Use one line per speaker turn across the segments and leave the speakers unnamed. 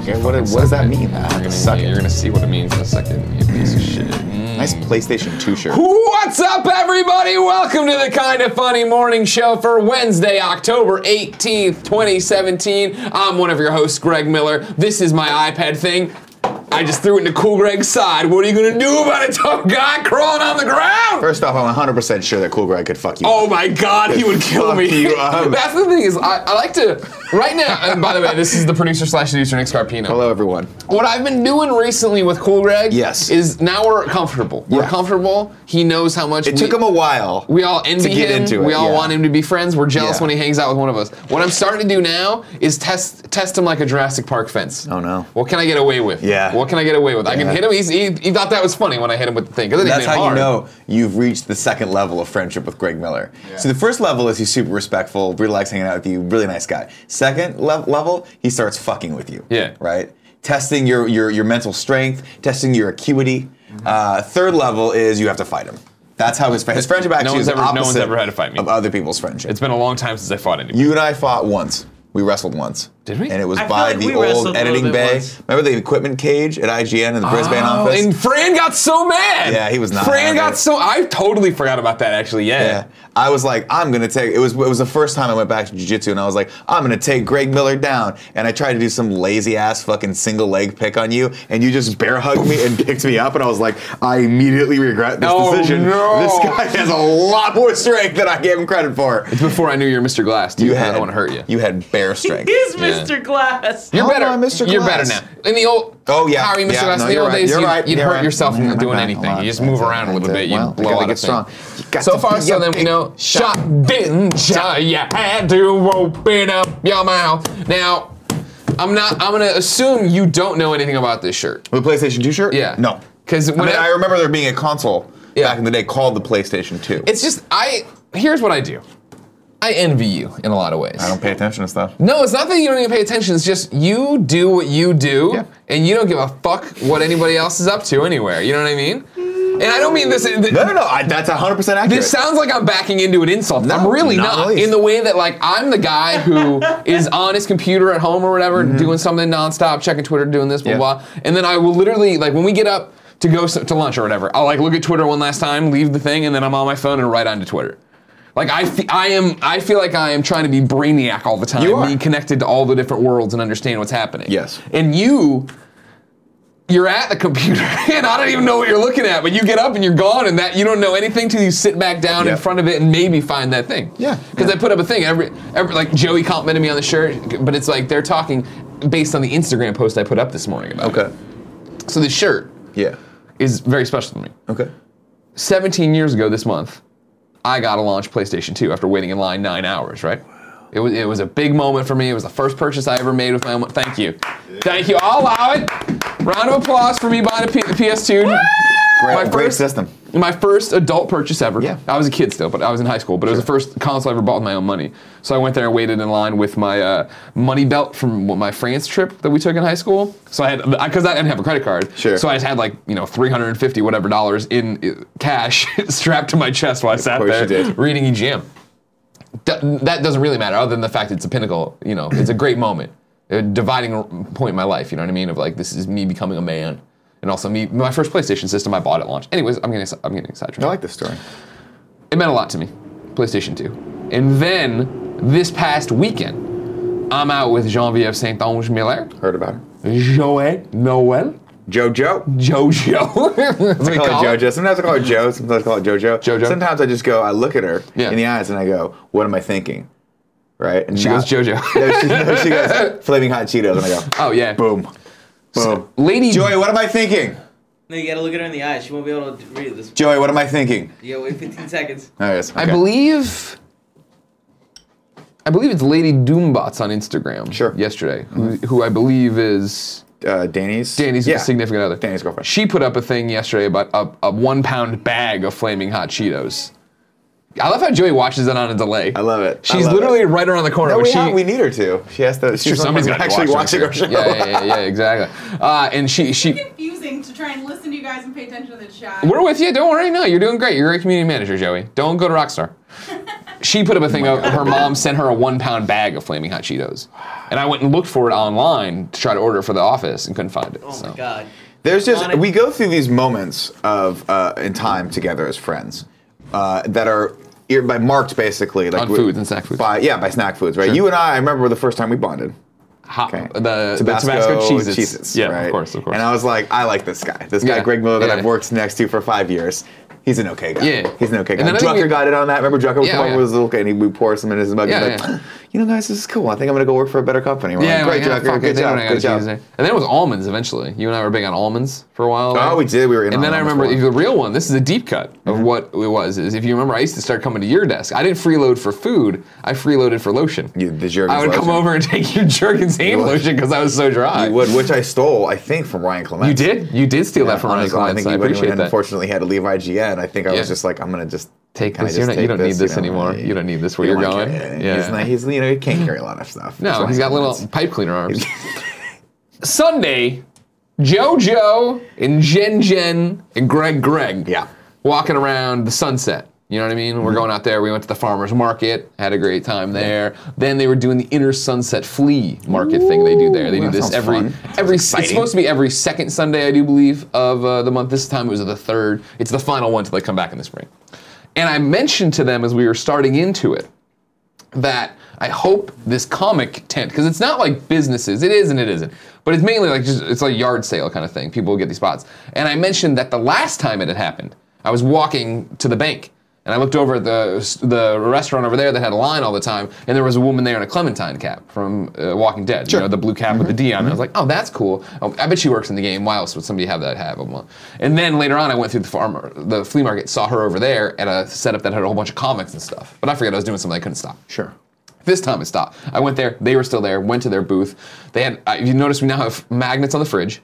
Okay, what, what does that mean? I have
You're
to
gonna,
suck
you're
it.
gonna see what Ah, it means in a second, you piece of shit.
Nice
Hmm.
PlayStation 2 shirt.
What's up, everybody? Welcome to the Kind of Funny Morning Show for Wednesday, October 18th, 2017. I'm one of your hosts, Greg Miller. This is my iPad thing. I just threw it into Cool Greg's side. What are you gonna do about a tough guy crawling on the ground?
First off, I'm 100% sure that Cool Greg could fuck you.
Oh my God, he would kill
Fuck
me.
you up.
That's the thing is, I, I like to right now. And by the way, this is the producer slash producer Nick Scarpino.
Hello, everyone.
What I've been doing recently with Cool Greg,
Yes.
is now we're comfortable. We're
Yeah.
comfortable. He knows how much
It took him a while.
we all envy
to get
him.
into it,
we all
yeah.
want him to be friends. We're jealous
Yeah.
when he hangs out with one of us. What I'm starting to do now is test test him like a Jurassic Park fence.
Oh, no.
What can I get away with?
Yeah.
What can I get away with? I can
Yeah.
hit him. He's, he, he thought that was funny when I hit him with the thing. 'cause I didn't
That's
hit him
how
hard.
you know you've reached the second level of friendship with Greg Miller. So the first level is he's super respectful, really likes hanging out with you, really nice guy. Second le- level, he starts fucking with you.
Yeah.
Right? Testing your your, your mental strength, testing your acuity.
Mm-hmm.
Uh, third level is you have to fight him. That's how his, fri- his friendship actually
one's
is
ever- no one's
opposite
ever had to fight me.
of other people's friendship.
It's been a long time since I fought anybody.
You and I fought once. We wrestled once.
Did we?
And it was
I feel
by
like we
the
wrestled
old
a little
editing
bit
bay.
once.
Remember the equipment cage at IGN in the Brisbane
Oh,
office?
And Fran got so mad.
Yeah, he was not
Fran
having
got
it.
so. I totally forgot about that actually. Yeah.
Yeah. I was like, I'm gonna take. It was it was the first time I went back to jiu-jitsu, and I was like, I'm gonna take Greg Miller down. And I tried to do some lazy ass fucking single leg pick on you, and you just bear hugged me and picked me up, and I was like, I immediately regret this
Oh,
decision.
no.
This guy has a lot more strength than I gave him credit for.
Before I knew you were Mr. Glass, dude, I don't want to hurt you.
You had bear strength.
He's
Yeah.
Mr. Glass.
You're
How
better.
am I Mr.
You're better
Glass?
now. In the old,
Oh, yeah.
how are you, Mr.
Yeah,
Glass?
no,
in the
you're
old
right.
days,
You're
you'd,
right.
you'd
You're
hurt
right.
yourself
Yeah,
from
my
doing
bad.
anything.
Hold
You
on.
just move
That's
around a little
it.
bit. You
Well, I
blow
gotta
out a
get strong.
thing.
You got
So
to
far,
be
so
a
then we
big
know. Shot didn't ya? You had to open up your mouth. Now, I'm not. I'm gonna assume you don't know anything about this shirt.
The PlayStation 2 shirt?
Yeah.
No.
'Cause
I, mean,
when I-
I remember there being a console
Yeah.
back in the day called the PlayStation 2.
It's just I. Here's what I do. I envy you in a lot of ways.
I don't pay attention to stuff.
No, it's not that you don't even pay attention. It's just you do what you do,
Yeah.
and you don't give a fuck what anybody else is up to anywhere. You know what I mean? And I don't mean this. th-
No, no, no. I, that's 100% accurate.
This sounds like I'm backing into an insult.
No,
I'm really
not
not.
at least.
in the way that, like, I'm the guy who is on his computer at home or whatever, doing something nonstop, checking Twitter, doing this, blah,
Mm-hmm. Yeah.
blah. And then I will literally, like, when we get up to go s- to lunch or whatever, I'll, like, look at Twitter one last time, leave the thing, and then I'm on my phone and right onto Twitter. Like I, fe- I am. I feel like I am trying to be brainiac all the time,
You are.
being connected to all the different worlds and understand what's happening.
Yes.
And you you're at the computer and I don't even know what you're looking at, but you get up and you're gone and that you don't know anything till you sit back down
Yeah.
in front of it and maybe find that thing.
Yeah,
Because I put up a thing every, every like Joey complimented me on the shirt, but it's like they're talking based on the Instagram post I put up this morning about.
Okay.
It. So this shirt
Yeah.
is very special to me.
Okay.
17 years ago this month, I got to launch PlayStation 2 after waiting in line nine hours, right? It was, it was a big moment for me. It was the first purchase I ever made with my own. Thank you. Thank you. I'll allow it. Round of applause for me buying a P- PS2.
Great,
My
great
first-
system.
My first adult purchase ever.
Yeah.
I was a kid still, but I was in high school. But it was the first console I ever bought with my own money. So I went there and waited in line with my uh, money belt from my France trip that we took in high school. So I had, because I didn't have a credit card.
Sure.
So I just had like, you know, 350 whatever dollars in uh, cash strapped to my chest while I sat
course
there
you did.
reading EGM. Do- that doesn't really matter other than the fact it's a pinnacle, you know, it's a great moment. A dividing point in my life, you know what I mean? Of like, this is me becoming a man. And also me, my first PlayStation system I bought at launch. Anyways, I'm getting, I'm getting sidetracked
I like this story.
it meant a lot to me. PlayStation 2. And then this past weekend, I'm out with Jean-Vive Saint-Onge Miller,
Heard about it.
Joël Noel,
JoJo.
Jojo. That's what
I
we
call
call
it
him.
JoJo. Sometimes I call it Joe. Sometimes I call it JoJo.
JoJo.
Sometimes I just go, I look at her
Yeah.
in the eyes and I go, what am I thinking? Right? And
She
now-
goes Jojo.
No, she, no, she goes, flaming hot Cheetos. And I go,
oh yeah.
boom. Boom.
Lady
Joey, what am I thinking?
No, you gotta look at her in the eyes. She won't be able to read this.
Joey, what am I thinking?
You gotta wait 15 seconds.
There it is.
I
Okay.
believe I believe it's Lady Doombots on Instagram
Sure.
yesterday, who, who I believe is
Uh, Danny's.
Danny's
Yeah.
significant other.
Danny's girlfriend.
She put up a thing yesterday about a, a one pound bag of flaming hot Cheetos. I love how Joey watches it on a delay.
I love it. I
She's
love
literally right around the corner.
No,
but
we,
she,
have, we need her to. She has to.
Sure,
She's
somebody's got
actually watching our show.
watching Yeah, yeah, yeah, yeah, exactly. Uh, and she, she,
confusing to try and listen to you guys and pay attention to the chat.
we're with you. Don't worry. No, you're doing great. You're a community manager, Joey. Don't go to Rockstar. She put up a thing. of her mom sent her a one-pound bag of flaming hot Cheetos, and I went and looked for it online to try to order it for the office and couldn't find it.
Oh
so.
my god.
There's just
Monica-
we go through these moments of uh, in time together as friends uh, that are ir- by marked basically like
On
we-
foods and snack foods.
By, yeah, by snack foods, right?
Sure.
You and I, I remember the first time we bonded.
Hot,
Okay.
the, Tabasco the uh, Tabasco cheeses. yeah, of
right?
course, of course.
And I was like, I like this guy. This guy,
Yeah,
Greg Miller, that
yeah.
I've worked next to for five years. He's an okay guy.
Yeah.
He's an okay
And
guy.
then I think
Drucker
we-
got it on that. Remember Drucker would
Yeah,
come over
yeah.
with his little and he would pour some in his mug.
Yeah,
Yeah, He's
yeah.
like, you know, guys, this is cool. I think I'm gonna go work for a better company. We're
yeah,
like, great,
yeah,
Drucker.
fuck it,
good
they don't
job.
know
Good
how to cheese
job.
there. And then it was almonds eventually. You and I were big on almonds for a while.
Oh,
right?
we did. We were in
Um, And then
on
I
almonds
remember
for a
the real one. This is a deep cut of
Mm-hmm.
what it was. Is if you remember, I used to start coming to your desk. I didn't freeload for food. I freeloaded for lotion.
You- the Jergens
I would come
lotion.
over and take your Jergens hand
would.
lotion because I was so dry.
You would, which I stole, I think, from Ryan Clements.
You did. You did steal that from Ryan
Honestly, I
Clements.
think
I,
he went
appreciate
and
that.
Unfortunately, had to leave IGN. I think I
Yeah.
was just like, I'm gonna just
Take
can I
this. You're
just
not- you
take
don't need this
know?
anymore.
Yeah.
You don't need this where
You
you're
don't wanna
going.
carry it.
Yeah.
He's, not, he's you know he can't carry a lot of stuff. It's
No,
Ryan
he's got little
Clements.
pipe cleaner arms. Sunday, JoJo and Jen Jen and Greg Greg.
Yeah.
Walking around the sunset. You know what I mean?
Mm-hmm.
We're going out there. We went to the farmer's market, had a great time there. Then they were doing the inner sunset flea market thing they do there. They
Ooh,
do
that
this
sounds
every
fun.
every
exciting.
it's supposed to be every second Sunday, I do believe, of uh, the month. This time it was the third. It's the final one till they come back in the spring. And I mentioned to them as we were starting into it that I hope this comic tent, because it's not like businesses, it is and it isn't, but it's mainly like just it's like yard sale kind of thing. People get these spots, and I mentioned that the last time it had happened, I was walking to the bank. And I looked over at the, the restaurant over there that had a line all the time, and there was a woman there in a Clementine cap from uh, Walking Dead, you know, the blue cap with the D on it. I was like, oh, that's cool. Oh, I bet she works in the game. Why else would somebody have that hat? Blah, blah, blah. And then later on, I went through the farm, the flea market, saw her over there at a setup that had a whole bunch of comics and stuff. But I forget I was doing something I couldn't stop.
Sure.
This time it stopped. I went there. They were still there. Went to their booth. They had. Uh, you notice we now have magnets on the fridge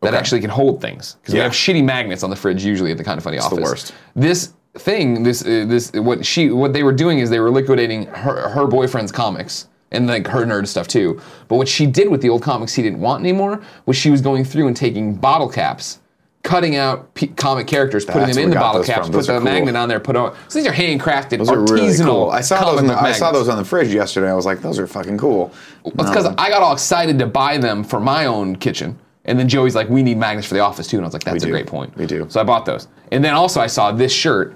that actually can hold things because we
Yeah.
have shitty magnets on the fridge usually at the kind of funny office.
worst.
This thing, this uh, this what she what they were doing is they were liquidating her her boyfriend's comics and like her nerd stuff too. But what she did with the old comics he didn't want anymore was she was going through and taking bottle caps. Cutting out p- comic characters, putting
That's
them
where
in the
we got
bottle
those
caps,
from.
put
Those
the
are cool.
magnet on there, put on. So these are handcrafted,
Those are
artisanal.
really cool. I saw those.
comic
On the,
book
I saw
magnets.
those on the fridge yesterday. I was like, those are fucking cool.
Well, it's because I got all excited to buy them for my own kitchen. And then Joey's like, we need magnets for the office too. And I was like, that's a
do.
great point.
We do.
So I bought those. And then also I saw this shirt,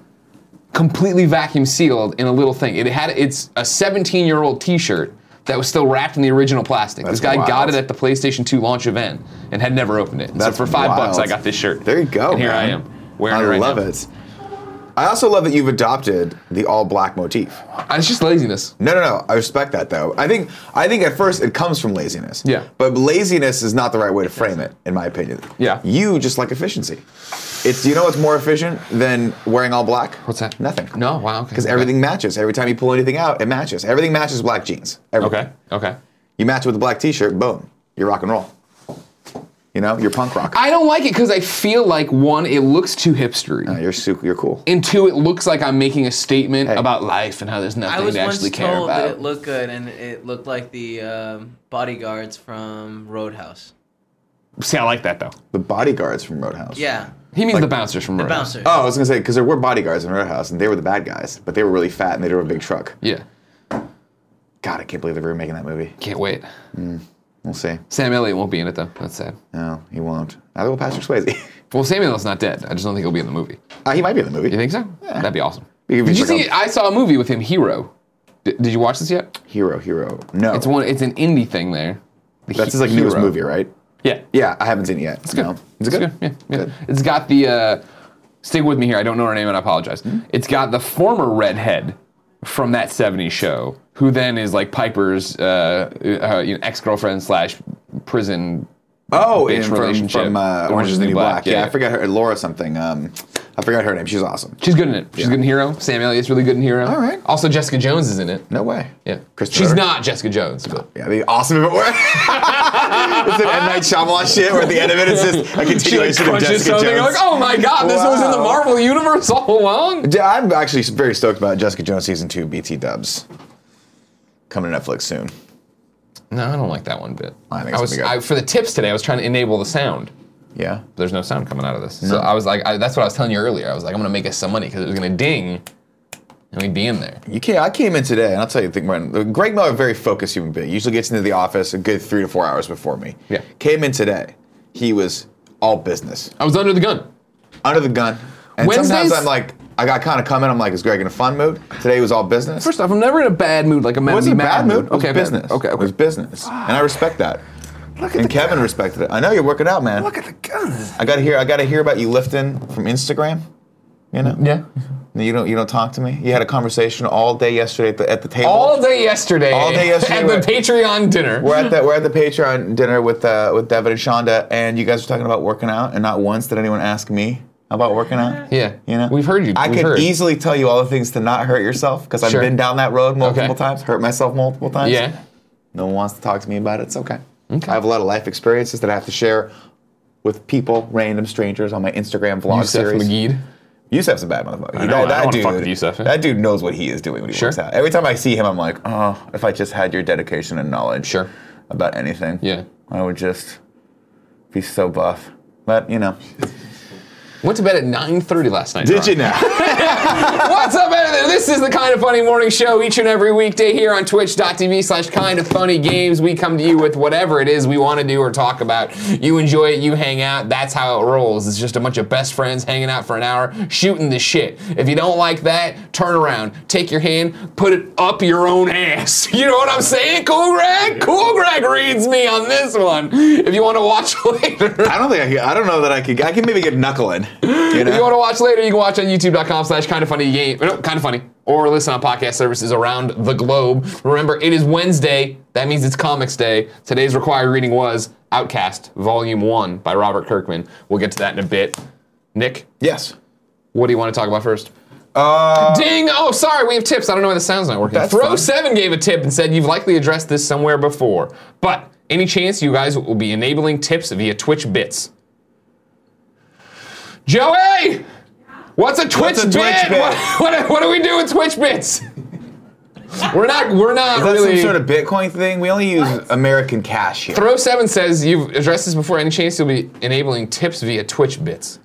completely vacuum sealed in a little thing. It had it's a 17 year old T-shirt that was still wrapped in the original plastic.
That's
this guy got
wild.
it at the PlayStation 2 launch event and had never opened it. And so
That's
for five
wild.
bucks I got this shirt.
There you go.
And here
man.
I am wearing
I
it right
love
now.
it. I also love that you've adopted the all black motif.
It's just laziness.
No, no, no. I respect that though. I think I think at first it comes from laziness.
Yeah.
But laziness is not the right way to frame it, in my opinion.
Yeah.
You just like efficiency. It's you know what's more efficient than wearing all black?
What's that?
Nothing.
No, wow. okay.
Because everything matches. Every time you pull anything out, it matches. Everything matches black jeans. Everything.
Okay. Okay.
You match it with a black T-shirt. Boom. You're rock and roll. You know, you're punk rock.
I don't like it because I feel like one, it looks too hipstery.
Uh, you're su- you're cool.
And two, it looks like I'm making a statement
Hey.
about life and how there's
I
nothing
was
to actually
once
care
told that
about.
it looked good, and it looked like the um, bodyguards from Roadhouse.
See, I like that though.
The bodyguards from Roadhouse.
Yeah,
He means the bouncers from the
bouncer.
Oh, I was gonna say because there were bodyguards in Roadhouse and they were the bad guys, but they were really fat and they drove a big truck.
Yeah,
God, I can't believe they were making that movie.
can't wait.
We'll see.
Sam Elliott won't be in it though. That's sad.
No, he won't. Neither will Patrick Swayze.
Well, Sam Elliott's not dead. I just don't think he'll be in the movie.
uh, he might be in the movie.
You think so? That'd be awesome.
He could be
Did you
Sir
see? I saw a movie with him, Hero. D- did you watch this yet?
Hero, hero. No,
It's one. It's an indie thing there. The
That's his
He-
like newest
Hero.
movie, right?
Yeah.
Yeah, I haven't seen it yet. It's
good.
No.
It's good. Yeah, yeah. It's got the. Uh, stick with me here. I don't know her name, and I apologize.
Hmm?
It's got the former redhead from that '70s show, who then is like Piper's uh, uh, you know, ex-girlfriend slash prison.
Oh,
Bitch
and from,
relationship.
from uh,
Orange
Orange is the New Black. Yeah, I
yeah.
forgot her. Laura something. Um, I forgot her name. She's awesome.
She's good in it. She's
Yeah.
good in Hero. Sam Elliott's really good in Hero.
All right.
Also, Jessica Jones is in it.
No way.
Yeah.
Kristen
She's
Ritter?
not Jessica Jones. But
Yeah, it'd be awesome if it were. it's an M Night Shyamalan shit where at the end of it it's just a
she like
continuation of
crunches
Jessica
something.
Jones.
Like, oh my God, this was in the
Wow.
Marvel universe all along.
Yeah, I'm actually very stoked about Jessica Jones season two BT Dubs coming to Netflix soon.
No, I don't like that one bit.
I think it's
was
gonna be good.
I, for the tips today. I was trying to enable the sound.
Yeah.
there's no sound coming out of this. So I was like, I, that's what I was telling you earlier. I was like, I'm gonna make us some money because it was gonna ding, and we'd be in there.
You can't. I came in today, and I'll tell you the thing, Martin. Greg Miller, a very focused human being, usually gets into the office a good three to four hours before me.
Yeah.
Came in today. He was all business,
I was under the gun.
under the gun. And sometimes
Wednesdays-
I'm like, I got kind of coming. I'm like, is Greg in a fun mood? Today was all business.
First off, I'm never in a bad mood, like a mad,
it wasn't a
mad
bad mood. It was
Okay,
business.
bad- Okay,
It was
okay.
business, and I respect that.
Look
And Kevin respected it. I know you're working out, man.
at the gun.
I gotta hear. I gotta hear about you lifting from Instagram. You know.
Yeah.
You don't. You don't talk to me. You had a conversation all day yesterday at the, at the table.
All day yesterday.
All day yesterday,
At the
we're-
Patreon dinner.
We're at the we're at the Patreon dinner with uh, with Devin and Shonda, and you guys were talking about working out, and not once did anyone ask me about working out.
yeah.
You know,
We've heard you.
I
We've
could
heard.
easily tell you all the things to not hurt yourself because I've
Sure.
been down that road multiple
Okay.
times, hurt myself multiple times.
Yeah.
No one wants to talk to me about it. It's okay.
Okay.
I have a lot of life experiences that I have to share with people, random strangers on my Instagram vlog
Yusef
series.
McGeed.
Yusef's a bad motherfucker. You
know, I don't
that
wanna
dude.
fuck with Yusef.
That dude knows what he is doing when he
Sure.
works out. Every time I see him, I'm like, oh, if I just had your dedication and knowledge
Sure.
about anything,
Yeah.
I would just be so buff. But you know,
Went to bed at 9.30 last night. Ryan.
now?
What's up, editor? This is the Kind of Funny Morning Show each and every weekday here on twitch.tv slash kind of funny games. We come to you with whatever it is we want to do or talk about. You enjoy it, you hang out. That's how it rolls. It's just a bunch of best friends hanging out for an hour, shooting the shit. If you don't like that, turn around, take your hand, put it up your own ass. You know what I'm saying? Cool Greg? Cool Greg reads me on this one. If you want to watch later.
I don't think I. Could, I don't know that I could. I can maybe get knuckling. You
If you want
know.
to watch later, you can watch on youtube.com slash kind of funny game. No, kind of funny. Or listen on podcast services around the globe. Remember, it is Wednesday. That means it's comics day. Today's required reading was Outcast, Volume 1 by Robert Kirkman. We'll get to that in a bit. Nick,
Yes.
what do you want to talk about first?
Uh,
Ding! Oh, sorry, we have tips. I don't know why the sound's not working.
That's
Throw
fine.
Seven gave a tip and said you've likely addressed this somewhere before, but any chance you guys will be enabling tips via Twitch bits? Joey, what's a Twitch
a
bit?
Twitch bit?
What, what, what do we do with Twitch bits? we're not. We're not
is that
really.
some sort of Bitcoin thing? We only use American cash here.
Throw Seven says you've addressed this before. Any chance you'll be enabling tips via Twitch bits?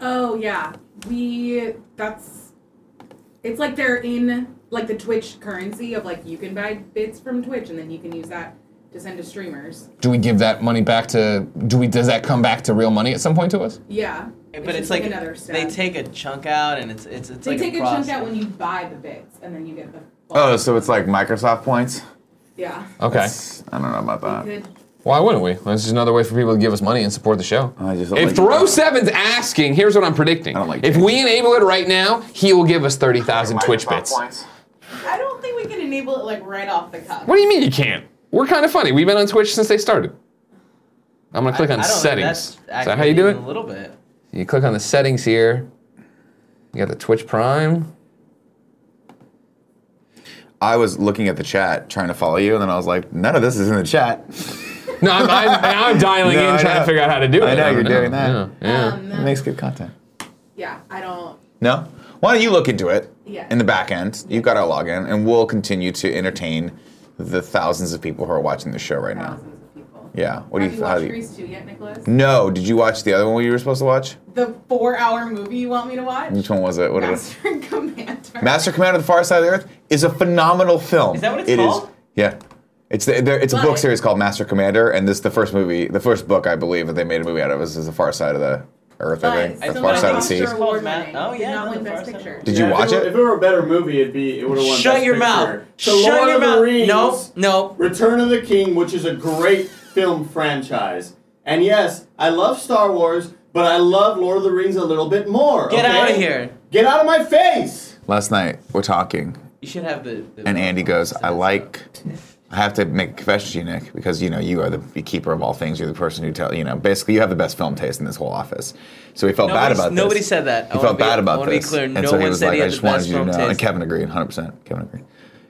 Oh yeah, we. That's. It's like they're in like the Twitch currency of like you can buy bits from Twitch and then you can use that to send to streamers.
Do we give that money back to? Do we? Does that come back to real money at some point to us?
Yeah.
But it's
just
like
another step.
they take a chunk out, and it's it's it's
They
like
take
a
a
process.
chunk out when you buy the bits and then you get the.
Oh, so it's like Microsoft points.
Yeah.
Okay.
I don't know about that.
Good.
Why wouldn't we? That's just another way for people to give us money and support the show.
I just don't
if
like-
Throw Seven's asking, here's what I'm predicting.
I don't like
if
James.
we enable it right now, he will give us 30,000 Twitch bits.
I don't think we can enable it like right off the cuff.
What do you mean you can't? We're kind of funny. We've been on Twitch since they started. I'm going to click on
I don't,
settings.
That's
Is that how you
accurate
do
even
it?
A little bit.
You click on the settings here. You got the Twitch Prime.
I was looking at the chat trying to follow you, and then I was like, none of this is in the chat.
No, I'm, I'm, I'm dialing
No,
in
I
trying to
know.
figure out how to do it.
I know,
don't
you're doing that.
Yeah. yeah.
It makes good content.
Um, Yeah, I don't.
No? Why don't you look into it
Yeah.
in the back end? You've got our login, and we'll continue to entertain the thousands of people who are watching the show right now.
Thousands of people.
Yeah. What
Have
do
you,
you, how
watched
do you-
Grease 2 yet, Nicholas?
No, did you watch the other one you were supposed to watch?
The four-hour movie you want me to watch?
Which one was it? What was it?
Master and Commander.
Master Commander of the Far Side of the Earth is a phenomenal film.
Is that what it's
It is-
called?
yeah. It's the, there, it's a book
But-
series called Master Commander, and this is the first movie, the first book I believe that they made a movie out of is, is the Far Side of the Earth, I think,
But
or the
someone
Far Side of the
lost
Sea.
their award
Matt-
winning.
oh,
Did
yeah,
not
no,
win
the
Best
Far Side.
Picture.
Did you
Yeah, if
watch
were-
it?
If it were a better movie, it'd be it would have won.
Shut
Best
your mouth.
Picture. The
Shut
Lord
your
of the
mouth.
Rings,
Nope. Nope.
Return of the King, which is a great film franchise. And yes, I love Star Wars, but I love Lord of the Rings a little bit more.
Get
okay?
out of here.
Get out of my face!
Last night we're talking,
You should have the. the
and Andy goes, "I like." I have to make a confession to you, Nick, because you know you are the keeper of all things. You're the person who tell you know. Basically, you have the best film taste in this whole office. So he felt bad
Nobody's-
about this.
nobody said that. I
He
wanna
felt
be-
bad
I
about
wanna be
this,
clear,
and
no
so he
one
was
said
like,
he
"I
had
just
the
wanted
best
you to know."
film
And
taste.
Kevin agreed, 100. percent Kevin agreed.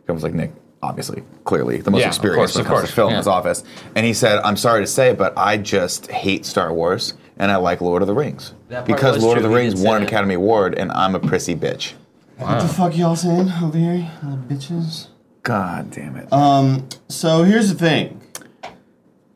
Kevin was like, "Nick, obviously, clearly, the most
Yeah, of
experienced
course,
when it
of
comes
course,
to film in
yeah.
this office." And he said, "I'm sorry to say, but I just hate Star Wars, and I like Lord of the Rings
That part
because
was
Lord
true,
of the
he
Rings
did say
won an
that.
Academy Award, and I'm a prissy bitch."
What the fuck y'all saying over here, little bitches?
God damn it.
Um, so here's the thing.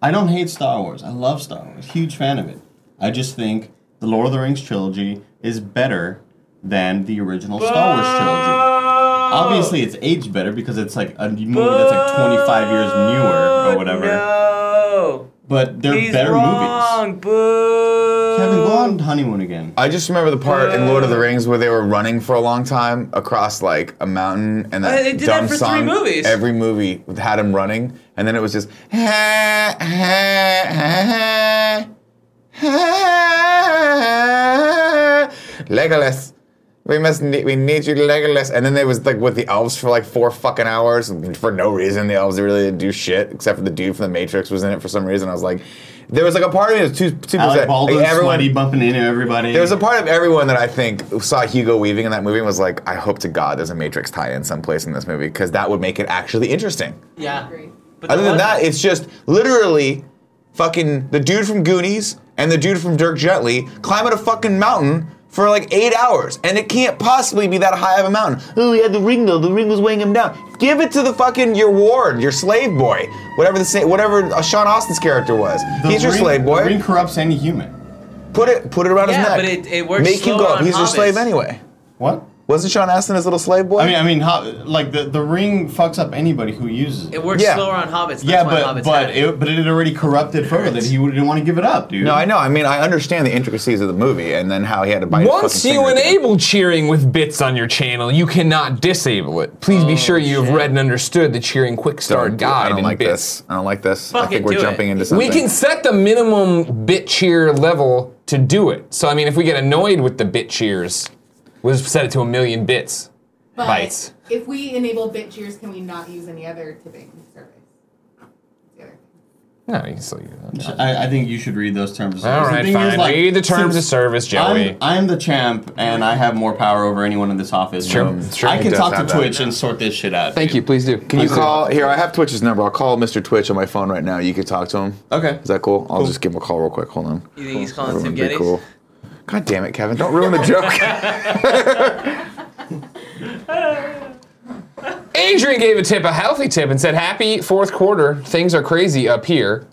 I don't hate Star Wars. I love Star Wars. Huge fan of it. I just think the Lord of the Rings trilogy is better than the original Star Wars trilogy.
Obviously, it's aged better because it's like a movie that's like 25 years newer or whatever.
Oh, No.
But they're
He's
better
wrong.
movies.
Boo.
Kevin, go on honeymoon again.
I just remember the part in Lord of the Rings where they were running for a long time across like a mountain, and that
Uh, they did that
dumb
for three
song.
movies.
Every movie had him running, and then it was just. "Ah, ah, ah, ah, Legolas, we must need, we need you, Legolas. And then they was like with the elves for like four fucking hours and for no reason. The elves really didn't do shit except for the dude from the Matrix was in it for some reason. I was like, there was like a part of it was two two
Alec
percent.
Baldwin,
like, everyone,
sweaty, bumping into everybody.
there was a part of everyone that I think saw Hugo Weaving in that movie and was like, I hope to God there's a Matrix tie-in someplace in this movie because that would make it actually interesting.
Yeah.
Agree.
But
Other
there
than that,
wasn't.
it's just literally fucking the dude from Goonies and the dude from Dirk Gently climbing a fucking mountain for like eight hours, and it can't possibly be that high of a mountain. Oh, he had the ring though. The ring was weighing him down. Give it to the fucking your ward, your slave boy, whatever the sa- whatever uh, Sean Austin's character was.
The
He's your
ring-
slave boy.
The ring corrupts any human.
Put it put it around
Yeah,
his neck.
but it- it works
Make him
slower
go up.
on
He's your
hobbits.
slave anyway.
What?
Wasn't Sean Astin his little slave boy?
I mean, I mean, how, like the, the ring fucks up anybody who uses it.
it works
yeah.
slower on hobbits. That's
yeah,
why
but
hobbits
but
have it.
it, but it had already corrupted further that he didn't want to give it up, dude.
no, I know. I mean, I understand the intricacies of the movie and then how he had to buy.
Once you enable cheering with bits on your channel, you cannot disable it. Please
Oh,
be sure you have read and understood the cheering quick start
I
guide
don't
and
like
bits.
this. I don't like this. I
Fuck
think
it,
we're
do it.
jumping into something.
We can set the minimum bit cheer level to do it. So I mean, if we get annoyed with the bit cheers, we'll just set it to a million bits.
But
Bites.
if we enable bit cheers, can we not use any other tipping service? The other thing.
No, you can still use that.
I, I think you should read those terms. of
All
service. The
right,
thing
fine. Read the terms
since
of service, Joey.
I'm, I'm the champ, and I have more power over anyone in this office.
Sure,
so
sure
I
he
can
does
talk to
have that.
Twitch and sort this shit out.
Thank you.
dude.
Please do.
Can you call here? I have Twitch's number. I'll call Mr. Twitch on my phone right now. You can talk to him.
Okay.
Is that cool? I'll just give him a call real quick. Hold on.
You think he's calling Tim
Everyone be
Geddes?
God damn it, Kevin! Don't ruin the joke.
Adrian gave a tip, a healthy tip, and said, "Happy fourth quarter. Things are crazy up here."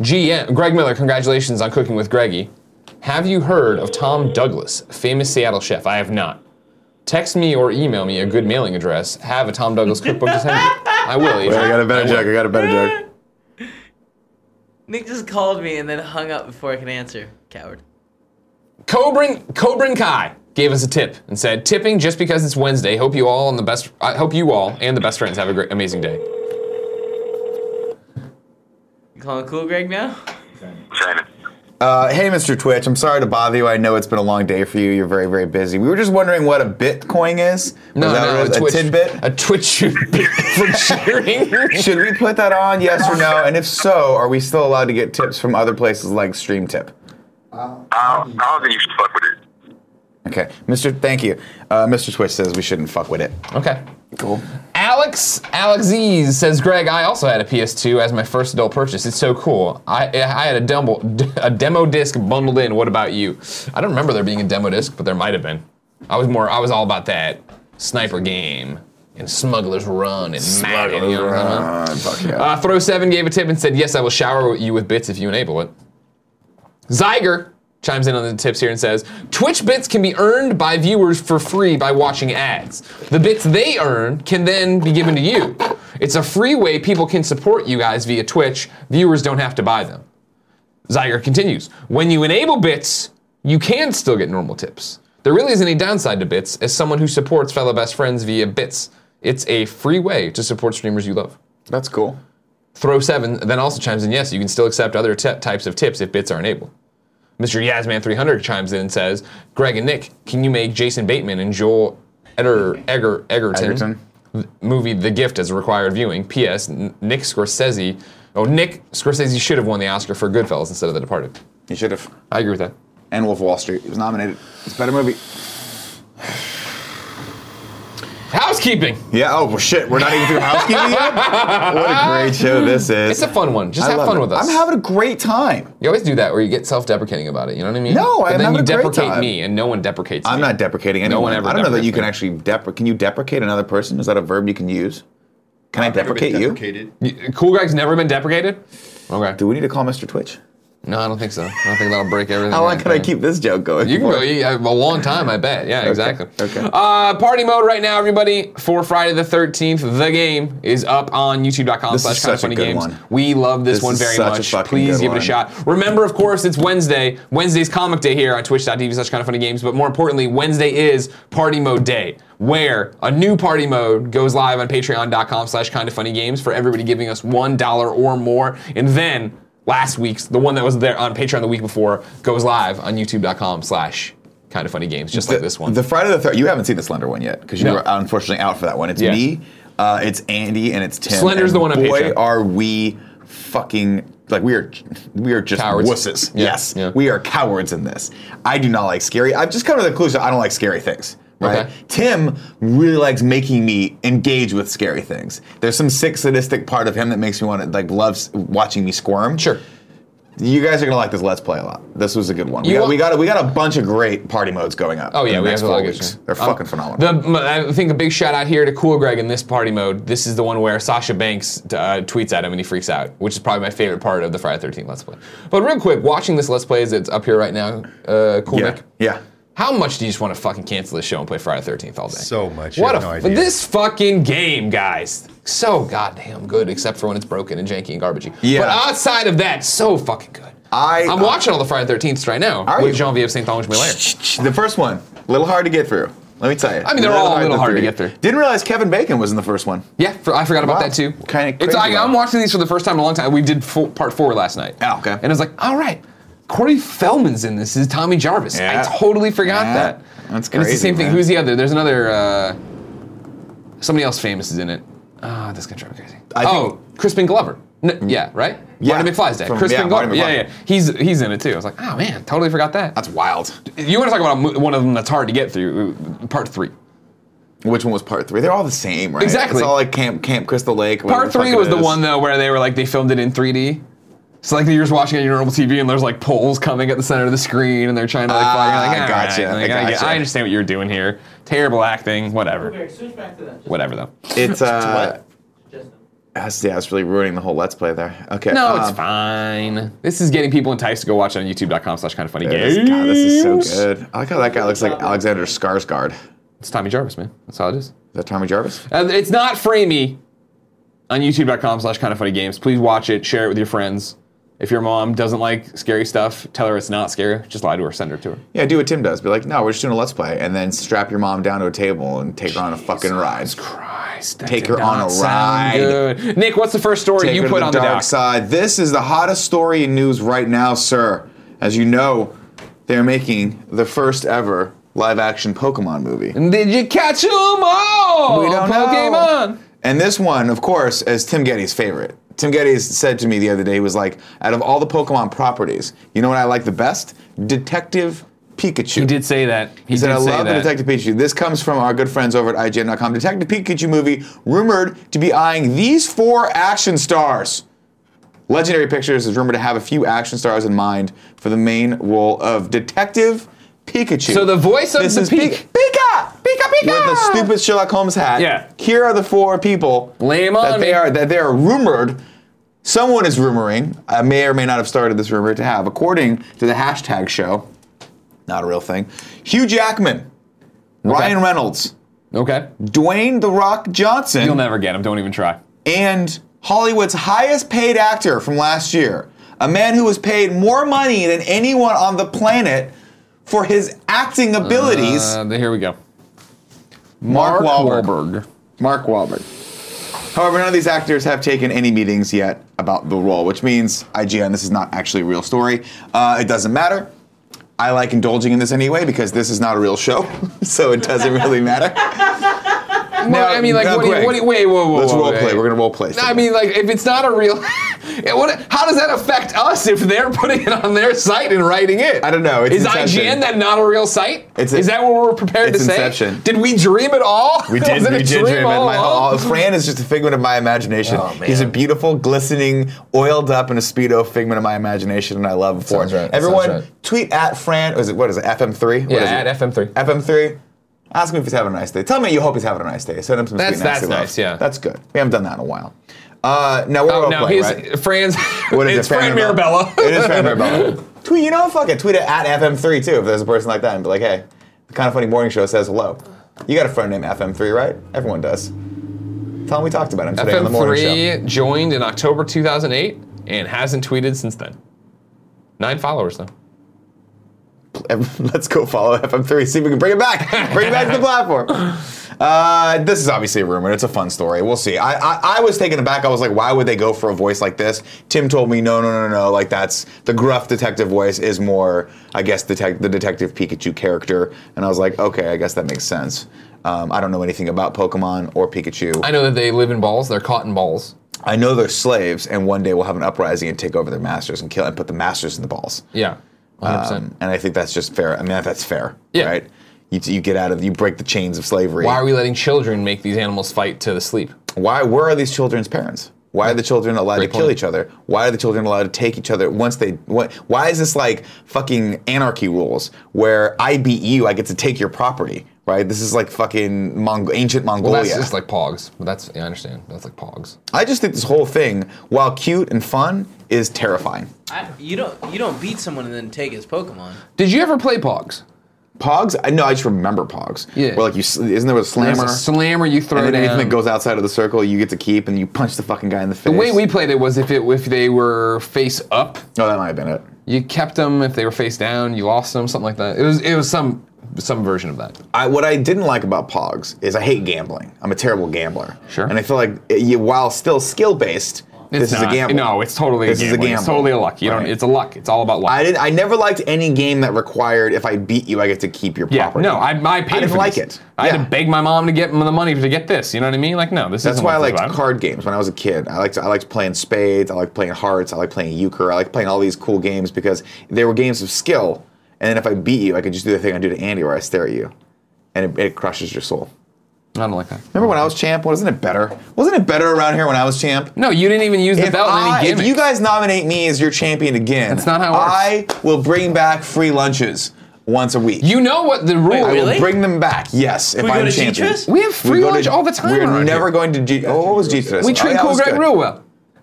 GM Greg Miller, congratulations on cooking with Greggy. Have you heard of Tom Douglas, famous Seattle chef? I have not. Text me or email me a good mailing address. Have a Tom Douglas cookbook to send you. I will. Adrian.
Wait, I got a better joke. I got a better joke.
Nick just called me and then hung up before I could answer. Coward.
Cobrin Cobrin Kai gave us a tip and said, "Tipping just because it's Wednesday. Hope you all and the best. I hope you all and the best friends have a great, amazing day."
You calling Cool Greg now?
Uh, hey, Mr. Twitch, I'm sorry to bother you. I know it's been a long day for you. You're very, very busy. We were just wondering what a Bitcoin is.
No,
Was that what
no,
it
a
is?
Twitch,
a tidbit.
a Twitch shoot for cheering.
Should we put that on, yes or no? And if so, are we still allowed to get tips from other places like StreamTip?
I don't, Uh, I don't think you should fuck with it.
Okay, Mr. Thank you. Uh, Mr. Twitch says we shouldn't fuck with it.
Okay.
Cool.
Alex Alexes says, Greg, I also had a PS2 as my first adult purchase. It's so cool. I I had a demo a demo disc bundled in. What about you? I don't remember there being a demo disc, but there might have been. I was more I was all about that sniper game and Smuggler's Run and Madden. You know what I'm talking about?
Uh, fuck yeah.
Uh, Throw Seven gave a tip and said, "Yes, I will shower you with bits if you enable it." Zeiger chimes in on the tips here and says, "Twitch bits can be earned by viewers for free by watching ads. The bits they earn can then be given to you. It's a free way people can support you guys via Twitch. Viewers don't have to buy them." Zeiger continues, "When you enable bits, you can still get normal tips. There really isn't any downside to bits. As someone who supports fellow best friends via bits, it's a free way to support streamers you love."
That's cool.
Throw seven then also chimes in yes, you can still accept other ti- types of tips if bits are enabled. Mr. Yasman300 chimes in and says, Greg and Nick, can you make Jason Bateman and Joel Edder, Egger, Egerton,
Egerton.
th- movie The Gift as a required viewing? P.S. N- Nick Scorsese, oh, Nick Scorsese should have won the Oscar for Goodfellas instead of The Departed.
You should have.
I agree with that.
And Wolf of Wall Street. It was nominated. It's a better movie.
Housekeeping!
Yeah. Oh well, shit. We're not even through housekeeping yet. What a great show this is.
It's a fun one. Just
I
have
love
fun
it.
with us.
I'm having a great time.
you always do that where you get self deprecating about it, you know what I mean?
No,
but
I'm
then
having
you
a great
deprecate
time.
me and no one deprecates
I'm
me.
not deprecating anyone.
one ever
I don't know that you
deprecates
can
me.
actually deprecate. Can you deprecate another person? Is that a verb you can use? Can I deprecate you?
You- Cool Greg's never been deprecated? Okay.
Do we need to call Mr. Twitch?
No, I don't think so. I don't think that'll break everything.
How long
right
can I
there.
keep this joke going?
You can
for?
go eat uh, a long time, I bet. Yeah, exactly.
okay.
Uh, party mode right now, everybody. For Friday the 13th, the game is up on youtube.com
This
slash
is
kind of
such a
funny
good
games.
one.
We love this,
This
one
is
very
such a
much.
fucking
Please
good
give it
one.
a shot. Remember, of course, it's Wednesday. Wednesday's comic day here on twitch.tv slash kind of funny games. But more importantly, Wednesday is party mode day. Where a new party mode goes live on patreon.com slash kind of funny games for everybody giving us $1 or more. And then last week's, the one that was there on Patreon the week before, goes live on youtube.com slash kind of funny games, just like
the,
this one.
The Friday the Third. You haven't seen the Slender one yet because you
No.
were unfortunately out for that one. It's
Yeah.
me, uh, it's Andy, and it's Tim.
Slender's
and
the one on
Boy,
Patreon.
are we fucking like we are? We are just
Cowards.
wusses.
Yeah,
Yes,
yeah.
we are cowards in this. I do not like scary. I've just come to the conclusion I don't like scary things. Right?
Okay.
Tim really likes making me engage with scary things. There's some sick sadistic part of him that makes me want to like loves watching me squirm.
sure.
You guys are gonna like this Let's Play a lot. This was a good one. We
You
got,
want-
we got a, we got a bunch of great party modes going up.
Oh
in
yeah,
the
we
next
have a
four
lot of good
weeks.
shit.
They're
Um,
fucking phenomenal.
The, m- I think a big shout out here to Cool Greg in this party mode. This is the one where Sasha Banks uh, tweets at him and he freaks out, which is probably my favorite part of the Friday 13 Let's Play. But real quick, watching this Let's Play as it's up here right now, uh, Cool
yeah,
Nick.
yeah.
How much do you just want to fucking cancel this show and play Friday the 13th all day?
So much, you
What
have
a
no
f-
idea.
this fucking game, guys. So goddamn good, except for when it's broken and janky and garbagey.
Yeah.
But outside of that, so fucking good.
I-
I'm
uh,
watching all the Friday the 13ths right now
Are
with
you?
Jean-Vive St. Thomas Miller.
The first one, a little hard to get through. Let me tell you.
I mean, they're all a little hard to get through.
Didn't realize Kevin Bacon was in the first one.
Yeah, for, I forgot about
Wow.
that too.
Kinda
It's
crazy
I,
about
I'm
it.
watching these for the first time in a long time. We did full, part four last night.
Oh, okay.
And I was like, all right, Corey Feldman's in this. This Is Tommy Jarvis?
Yeah.
I totally forgot
Yeah.
that.
That's
And it's the
crazy,
same thing.
man.
Who's the other? There's another. Uh, somebody else famous is in it. Ah, this is gonna drive me crazy.
I think- Mm.
oh, Crispin Glover. N- yeah, right.
Yeah.
Marty McFly's dad.
From-
Crispin
yeah, Marty
Glover. Yeah,
McFly.
yeah. He's he's in it too. I was like, oh man, totally forgot that.
That's wild.
you want to talk about a mo- one of them that's hard to get through? uh, Part three.
Which one was part three? They're all the same, right?
Exactly.
It's all like Camp Camp Crystal Lake. whatever
Part
the fuck
three
it
was the
is.
one though where they were like they filmed it in 3D. So like you're just watching it on your normal TV and there's like poles coming at the center of the screen and they're trying to like.
Ah,
fly- you're like, "All
gotcha,
right," like,
I
I, get-
gotcha.
I understand what you're doing here. Terrible acting. Whatever.
Eric, switch back to that. Just,
Whatever though.
It's uh.
what?
just-
that's- Yeah, it's really ruining the whole Let's Play there. Okay.
No, it's
um,
fine. This is getting people enticed to go watch it on YouTube.com/slash Kind of Funny
This,
Games.
God, this is so good. I like how that guy looks like Alexander Skarsgård. Is
It's Tommy Jarvis, man. That's all it is.
that Tommy Jarvis?
Uh, it's not Framey on youtube.com slash kind of funny games. Please watch it, share it with your friends. If your mom doesn't like scary stuff, tell her it's not scary. Just lie to her, send her to her.
Yeah, do what Tim does. Be like, no, we're just doing a let's play, and then strap your mom down to a table and take her on a fucking ride.
Christ, that
Take
did
her on
not
a
sound
ride.
Good. Nick, what's the first story
Take
you
her
put
to the
on the
dark
doc?
side. This is the hottest story in news right now, sir. As you know, they're making the first ever live-action Pokemon movie.
Did you catch 'em all?
We don't know.
Oh, Pokemon.
And this one, of course, is Tim Getty's favorite. Tim Geddes said to me the other day, he was like, out of all the Pokemon properties, you know what I like the best? Detective Pikachu.
He did say that. He,
He said,
did
I
say
love
that.
the Detective Pikachu. This comes from our good friends over at IGN.com. Detective Pikachu movie rumored to be eyeing these four action stars. Legendary Pictures is rumored to have a few action stars in mind for the main role of Detective Pikachu.
So the voice of
this
the
is
Pika-
Pika! Pika Pika! With the stupid Sherlock Holmes hat.
Yeah.
Here are the four people
Lame
that
on
they
me.
are that they are rumored someone is rumoring, I may or may not have started this rumor to have, according to the hashtag show, not a real thing, Hugh Jackman, Ryan Reynolds,
okay.
Dwayne The Rock Johnson,
You'll never get him. Don't even try.
and Hollywood's highest paid actor from last year, a man who was paid more money than anyone on the planet for his acting abilities,
Uh, here we go.
Mark, Wahlberg.
Wahlberg.
Mark Wahlberg. However, none of these actors have taken any meetings yet about the role, which means IGN, this is not actually a real story. Uh, it doesn't matter. I like indulging in this anyway because this is not a real show, so it doesn't really matter.
No, I mean, like,
now,
what, do you,
Greg,
what do you, wait, whoa, whoa,
Let's
whoa,
role play.
wait.
We're gonna role play.
I mean, like, if it's not a real, it, what, how does that affect us if they're putting it on their site and writing it?
I don't know, it's
Is
Inception.
IGN that not a real site?
It's a-
Is that what we're prepared
it's
to say?
Inception.
Did we dream it all?
we did.
Was it
We
a
did dream. it.
all
My,
along?
all, Fran is just a figment of my imagination.
Oh, man.
He's a beautiful, glistening, oiled up in a speedo figment of my imagination, and I love him for
Sounds
it.
right,
Everyone,
sounds right.
tweet at Fran. Is it what is it? FM3. What
yeah,
is it?
at FM3.
FM3, ask him if he's having a nice day. Tell me you hope he's having a nice day. Send him some
That's-
sweet nasty
that's
love.
nice, yeah.
That's good. We haven't done that in a while. Uh, no, we're
Oh,
all
no,
playing,
he's
right?
Franz.
What is
it's
it?
Fran Mirabella.
it is Fran Mirabella. Tweet, you know, fuck it. Tweet it at FM3 too if there's a person like that and be like, hey, the kind of funny morning show says hello. You got a friend named FM3, right? Everyone does. Tell him we talked about him today on the morning show.
FM3 joined in October 2008 and hasn't tweeted since then. Nine followers though.
Let's go follow FM3, see if we can bring it back. Bring it back to the platform. Uh, this is obviously a rumor. It's a fun story. We'll see. I, I, I was taken aback. I was like, why would they go for a voice like this? Tim told me, no, no, no, no, no. Like, that's the gruff detective voice is more, I guess, detec- the Detective Pikachu character. And I was like, okay, I guess that makes sense. Um, I don't know anything about Pokemon or Pikachu.
I
I,
know that they live in balls. They're caught in balls.
know they're slaves, and one day we'll have an uprising and take over their masters and kill and put the masters in the balls.
Yeah, 100%.
Um, and I think that's just fair. I mean, that's fair,
Yeah.
right? You, you get out of you break the chains of slavery.
Why are we letting children make these animals fight to the sleep?
Why? Where are these children's parents? Why are the children allowed
Great
to kill
point.
each other? Why are the children allowed to take each other once they? What, why is this like fucking anarchy rules where I beat you, I get to take your property, right? This is like fucking Mong- ancient
Well,
Mongolia.
that's just like pogs. But that's yeah, I understand. That's like pogs.
I just think this whole thing, while cute and fun, is terrifying.
I, you don't you don't beat someone and then take his Pokemon.
Did you ever play pogs?
Pogs? I know. I just remember Pogs.
Yeah.
Where like you, s- isn't there a
There's
slammer?
a slammer you throw
and then anything
down.
that goes outside of the circle, you get to keep, and you punch the fucking guy in the face.
the way we played it was if it if they were face up,
Oh, that might have been it.
you kept them. If they were face down, you lost them. Something like that. It was it was some some version of that.
I, what I didn't like about Pogs is I hate gambling. I'm a terrible gambler.
Sure.
And I feel like it- you, while still skill based, this is
not-
a gamble.
No, it's totally
This
a
is a
gamble. It's
gamble.
totally a luck. You don't.
Right.
It's a luck. It's all about luck.
I didn't. I never liked any game that required if I beat you, I get to keep your
yeah,
property.
no, I, I paid
I didn't
for
like
this.
it.
I had
Yeah.
to beg my mom to get m- the money to get this. You know what I mean? Like, no, this
That's
isn't
why I
what it's
liked
about.
card games when I was a kid. I liked I liked playing spades. I liked playing hearts. I liked playing euchre. I liked playing all these cool games because they were games of skill. And then if I beat you, I could just do the thing I do to Andy, where I stare at you, and it, it crushes your soul.
I don't like that.
Remember when I was champ? Wasn't it better? Wasn't it better around here when I was champ?
No, you didn't even use the
If,
belt in
I-
any
if
gimmick.
you guys nominate me as your champion again,
That's not how it works.
I will bring back free lunches once a week.
You know what the rule?
I will
really?
bring them back. Yes, if
We go
I'm
to
champion.
Tetris?
We have free
go
lunch all the time
We're
around
never
here.
going to. G- oh, what was G Tetris?
We
Oh,
treat
yeah, it
Cool
was
Greg
good.
real well.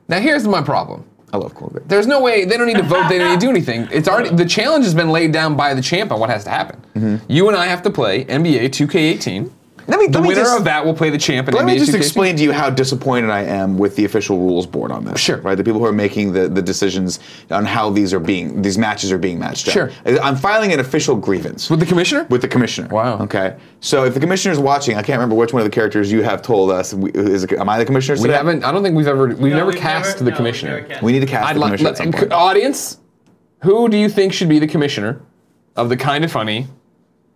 Now here's my problem.
I love Cool Greg.
There's no way they don't need to vote. They don't need to do anything. It's already the challenge has been laid down by the champ on what has to happen.
Mm-hmm.
You and I have to play NBA 2K18.
Let me,
The
let me
winner
just,
of that will play the champ in
Let
NBA
me just
2K18.
explain to you how disappointed I am with the official rules board on this.
Sure.
Right, the people who are making the, the decisions on how these are being these matches are being matched up.
Sure.
I'm filing an official grievance.
with the commissioner.
with the commissioner.
Wow.
Okay. So if the commissioner's watching, I can't remember which one of the characters you have told us. We, is, am I the commissioner?
we
today?
haven't. I don't think we've ever. We've
No,
never
we've
cast
never-
the
no, we've
commissioner.
never cast-
We need to cast
I'd
the
like
commissioner at some point.
audience. Who do you think should be the commissioner of the kind of funny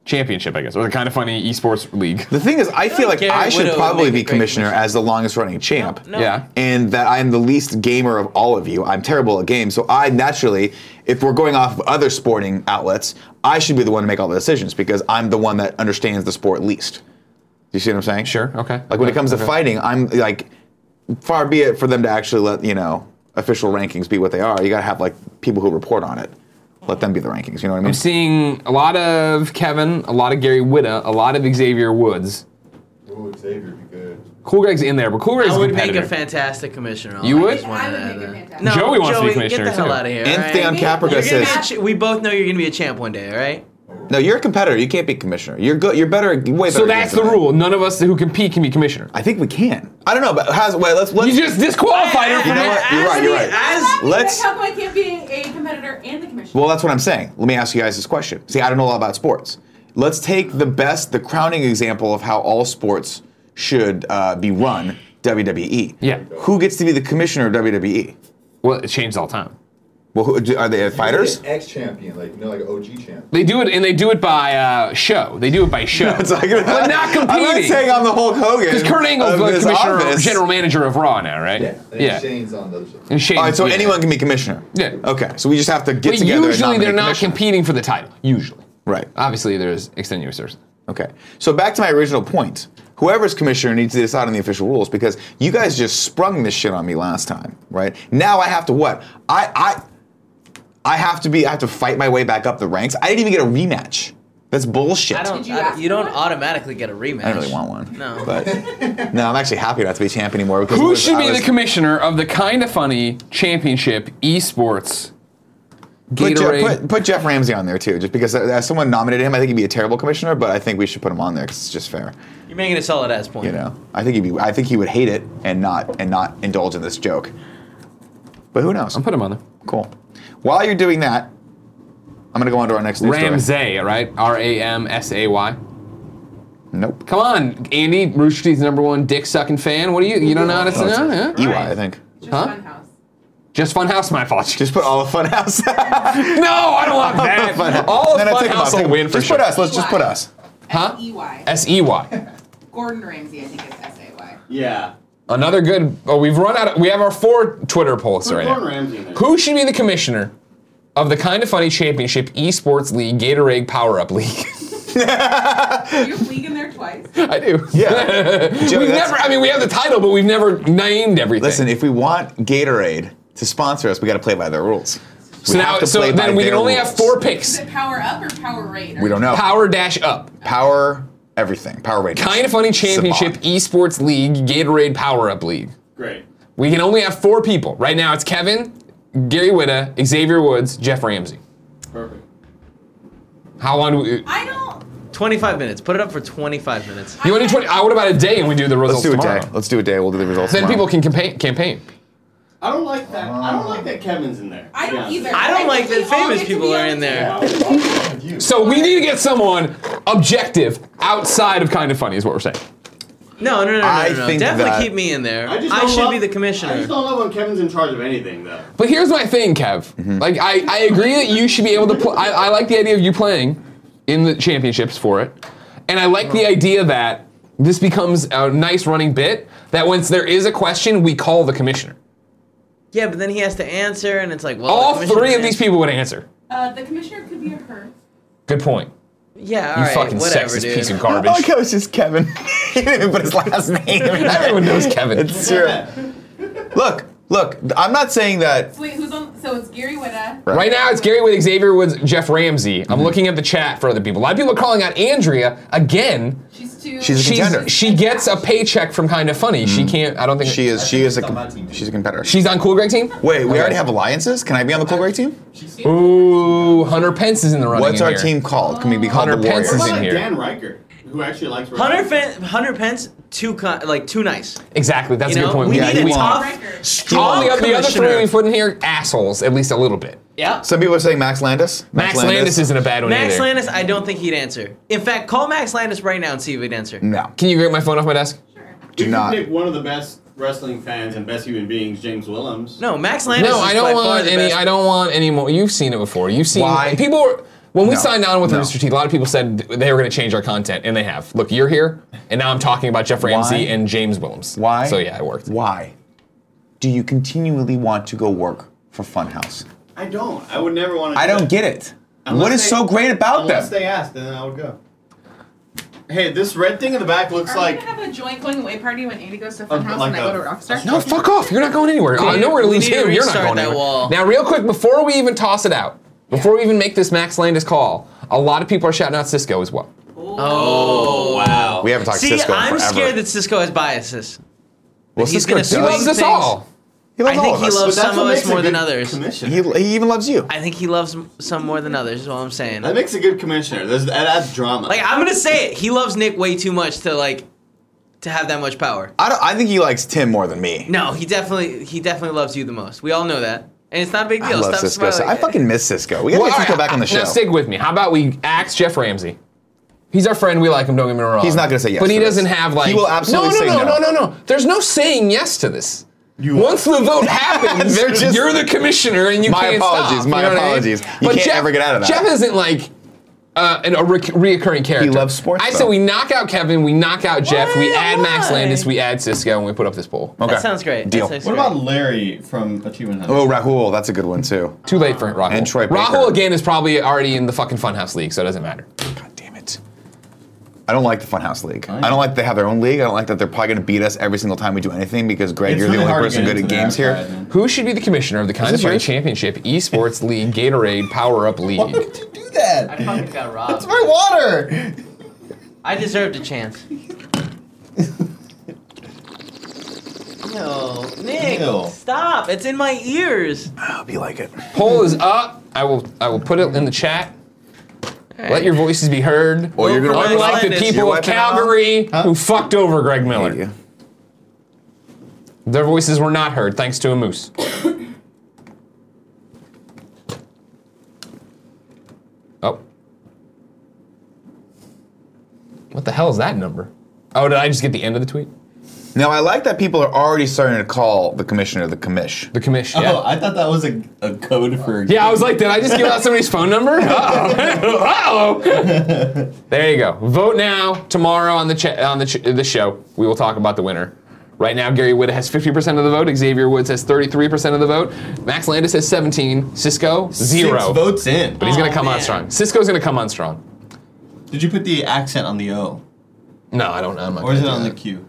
championship? I guess or the kind of funny esports league.
the thing is, I feel like
Garrett
I should
Widow would
probably
make a
be
great
commissioner
commissioner.
as the longest running champ.
No.
Yeah.
And that I'm the least gamer of all of you. I'm terrible at games, so I naturally, if we're going off of other sporting outlets, I should be the one to make all the decisions because I'm the one that understands the sport least. Do you see what I'm saying?
Sure. Okay.
Like when it comes to fighting, I'm like, far be it for them to actually let you know official rankings be what they are. You gotta have like people who report on it. Let them be the rankings. You know what I mean?
I'm seeing a lot of Kevin, a lot of Gary Witta, a lot of Xavier Woods.
Oh, Xavier would be good.
Cool Greg's in there, but Cool Greg's
I
a
would make a
competitor.
fantastic commissioner.
You
I
would?
just wanted
I
to add
would make a
that.
fantastic-
No,
Joey wants to be
Get
commissioner,
the hell
too.
out of here.
And
alright?
Theon Caprica
You're
You're
gonna
says,
gonna be ch- we both know you're going to be a champ one day, all right?
"No, you're a competitor. You can't be commissioner. You're good. You're better. Way better."
So
at
that's
games
the
than I am."
rule. None of us who compete can be commissioner.
I think we can. I don't know, but how's? Wait, let's let's
You just disqualified her
You
from
know
it.
what? You're right. You're right.
As-
That means
Let's-
that How come I can't be a competitor and the commissioner?
Well, that's what I'm saying. Let me ask you guys this question. See, I don't know a lot about sports. Let's take the best, the crowning example of how all sports should uh, be run. WWE.
Yeah.
Who gets to be the commissioner of WWE?
Well, it changed all the time.
Well, who, do- are they fighters?
Ex champion, like you know, like OG champ.
They do it, and they do it by uh, show. They do it by show.
It's like-
but not competing.
I'm not saying I'm the Hulk Hogan.
Because Kurt Angle's
of
the
this
commissioner, or
office.
general manager of Raw now, right?
Shane's on those.
And Shane-
All right, so
yeah.
anyone can be commissioner.
Yeah.
Okay, so we just have to get
But
together. and
usually they're
nominate
not
commissioner.
competing for the title. Usually.
Right.
Obviously, there's extenuous circumstances.
Okay. So back to my original point. Whoever's commissioner needs to decide on the official rules because you guys just sprung this shit on me last time, right? Now I have to what? I I I have to be I have to fight my way back up the ranks. I didn't even get a rematch. That's bullshit.
I don't.
Did you
You, I,
ask
you don't
for one?
automatically get a rematch.
I don't really want one.
No.
But no, I'm actually happy not to be champ anymore. Because it
Who
was-
should
I
be
was-
the commissioner of the Kinda Funny Championship Esports?
Put, Jeff,
Gatorade.
put, put Jeff Ramsey on there too, just because uh, as someone nominated him, I think he'd be a terrible commissioner, but I think we should put him on there because it's just fair.
You're making a solid ass point.
You know, I think he'd be, I think he would hate it and not and not indulge in this joke. But who knows?
I'll put him on there.
Cool. While you're doing that, I'm gonna go on to our next news story.
Ramsay, right? R A M S A Y.
Nope.
Come on, Andy, Rooster Teeth's number one dick sucking fan. What do you? You don't know how to say no, yeah.
EY, Oh, I think.
Just
Huh?
fun house.
Just Funhouse, my fault.
Just put all of Funhouse.
no, I don't want that. All of
No, no, take him off,
Funhouse
take
will
him-
win for
just
sure.
put us. Let's just put us.
Huh?
EY.
S E Y.
Gordon Ramsay, I think it's S A Y.
Yeah.
Another good. Oh, we've run out. Of, we have our four Twitter polls
Put
right
Gordon
now.
Ramsay in there.
Who should be the commissioner of the Kind of Funny Championship Esports League Gatorade Power Up League?
You have league in there twice.
I do.
Yeah. Joey,
we've
that's-
never. I mean, we have the title, but we've never named everything.
Listen, if we want Gatorade to sponsor us, we got to play by their rules.
so now, so then we can only have four picks.
Is it power up or power rate?
We don't know.
Power dash up.
Power everything. Power ratings.
Kind of Funny Championship
Savant.
Esports League Gatorade Power Up League.
Great.
We can only have four people. Right now it's Kevin, Gary Witta, Xavier Woods, Jeff Ramsey.
Perfect.
How long do we, you
I don't.
25 minutes. Put it up for 25 minutes.
I
want to do
had-
20? Uh, what about a day and we do the
Let's
results
do a
tomorrow?
day. Let's do a day. We'll do the results.
Then
tomorrow.
people can campaign. campaign.
I don't like that. I don't like that Kevin's in there.
I
to be
don't
honest.
either.
I don't like
think
that
we all
famous
get to
people
be
are
on
in
the
there.
team.
So we need to get someone objective outside of kind of funny is what we're saying.
No, no, no, no,
I
no, no.
think
Definitely
that-
keep me in there.
I,
I,
just don't
should
love-
be the
I
commissioner.
just don't love when Kevin's in charge of anything, though.
But here's my thing, Kev.
Mm-hmm.
Like I, I agree that you should be able to play. I, I like the idea of you playing in the championships for it, and I like the idea that this becomes a nice running bit that once there is a question, we call the commissioner.
Yeah, but then he has to answer, and it's like, well, the
All
commissioner
three of
answered.
these people would answer.
Uh, the commissioner could be a her.
Good point.
Yeah, all
You
right,
fucking
whatever,
sexist
dude.
piece of
I like
garbage.
how it's just Kevin. he didn't even put his last name.
Everyone knows Kevin.
It's true. Look, look. I'm not saying that.
So wait, who's on? So it's Gary Witta.
Right now, it's Gary with Xavier Woods, Jeff Ramsey.
Mm-hmm.
I'm looking at the chat for other people. A lot of people are calling out Andrea again.
She's two.
She's a contender.
She's, she gets a paycheck from Kind of Funny. She can't. I don't think
Mm-hmm. She is. She is a.
She's on my
com-
team.
She's a competitor.
She's on Cool Greg team.
Wait, we
Okay.
already have alliances. Can I be on the Cool Grey team?
Ooh, Hunter Pence is in the running.
What's
in
our
here.
team called? Can we be called
Hunter
the
Pence
Warriors?
is
What
in
about like
here.
Dan Riker, who actually likes
Hunter,
wrestling?
Fen- Hunter Pence, too con- like too nice.
Exactly. That's a
you know,
good point.
we
Yeah,
need
he
a
won't.
tough,
all
strong
the, the other three
commissioner.
we put in here assholes, at least a little bit.
yeah.
Some people are saying Max Landis.
Max, Landis. isn't a bad one
Max
either.
Landis, I don't think he'd answer. In fact, call Max Landis right now and see if he'd answer.
No,
Can you get my phone off my desk?
Sure.
do
you could
not.
pick one of the best wrestling fans and best human beings, James Willems.
No, Max Landis.
No,
is
I
by
don't
far
want
the
any.
best.
I don't want any more. You've seen it before. You've seen
Why?
people were when we
No.
signed on with
No.
Rooster Teeth. A lot of people said they were going to change our content, and they have. Look, you're here, and now I'm talking about Jeff Ramsey and James Willems.
Why?
So yeah, it worked.
Why do you continually want to go work for Funhouse?
I don't. I would never want to.
I don't get it.
Unless
what is
they-
so great about
Unless
them?
they asked, and then I would go. Hey, this red thing in the back looks
Are
like.
we gonna have a joint going away party when Andy goes to
Uh,
Funhouse house
like
and I
a-
go to Rockstar?
No, fuck off. You're not going anywhere. I know we're going
we
to lose
need to
him. You're not
restart
going
that
anywhere.
wall.
Now, real quick, before we even toss it out, before we even make this Max Landis call, a lot of people are shouting out Cisco as well.
Oh wow.
We haven't talked
See,
Cisco in
I'm
forever.
scared that Cisco has biases.
well,
he's
Cisco
gonna
does.
sue
He loves us
things.
all.
He loves
I
all
think
of
he
us.
loves
But that's what
some of us
makes a
more than
good
others.
Commissioner.
He, he even loves you.
I think he loves m- some more than others. Is all I'm saying.
that makes a good commissioner. There's, that adds drama.
Like I'm gonna say it. He loves Nick way too much to like to have that much power.
I, don't, I think he likes Tim more than me.
No, he definitely he definitely loves you the most. We all know that, and it's not a big
I
deal.
love
Stop
Cisco. so-
smiling.
I fucking miss Cisco. We gotta
Well,
get Cisco
all right,
back on the show.
Now, stick with me. How about we axe Jeff Ramsey? He's our friend. We like him. Don't get me wrong.
He's not gonna say yes
But he
to
doesn't
this.
have like.
He will absolutely
no, no,
say
no,
no.
no, no, no. There's no saying yes to this. Once the vote happens,
They're just-
you're the commissioner, and you
My
can't
apologies,
stop.
my
you know what I mean?
apologies. You
But
can't
Jeff-
ever get out of that.
Jeff isn't like. Uh, an, a re- reoccurring character.
loves sports,
I
though.
said we knock out Kevin, we knock out Jeff, we
Why?
add Max
Why?
Landis, we add Cisco, and we put up this poll.
Okay.
That sounds great.
Deal.
That sounds
What
great.
about Larry from Achievement Hunter?
Oh, Rahul, that's a good one too.
Too late for Rahul.
And Troy Baker.
Rahul again is probably already in the fucking Funhouse League, so it doesn't matter.
God damn it. I don't like the Funhouse League. I don't like they have their own league. I don't like that they're probably going to beat us every single time we do anything because Greg,
It's
you're
really
the only
hard to
person
get
good at
into
games
the
here.
outside, man.
Who should be the commissioner of the Kind
this
of Funny
yours?
Championship Esports League Gatorade Power Up League?
do do that?
I fucking got robbed.
That's my water.
I deserved a chance. no, Nick,
Ew.
stop! It's in my ears.
I'll be like it.
Poll is up. I will I will put it in the chat. Let your voices be heard.
Or you're gonna wipe it
Well, for my
Unlike the
blindness,
people
You're
of
wiping it off?
Calgary who fucked over Greg Miller.
Yeah.
Their voices were not heard thanks to a moose. oh. What the hell is that number? Oh, did I just get the end of the tweet?
Now I like that people are already starting to call the commissioner the commish.
The commission. Yeah.
Oh, I thought that was a, a code for.
yeah, I was like, did I just give out somebody's phone number? Uh-oh. Uh-oh. there you go. Vote now, tomorrow on the cha- on the, ch- the show. We will talk about the winner. Right now, Gary Wood has 50% of the vote. Xavier Woods has 33% of the vote. Max Landis has 17. Cisco, zero.
Six votes in.
But he's gonna
Aw,
come on
man.
strong. Cisco's gonna come on strong.
Did you put the accent on the O,
No, I don't. I'm not.
or is it
gonna
on
do
the
that.
Q?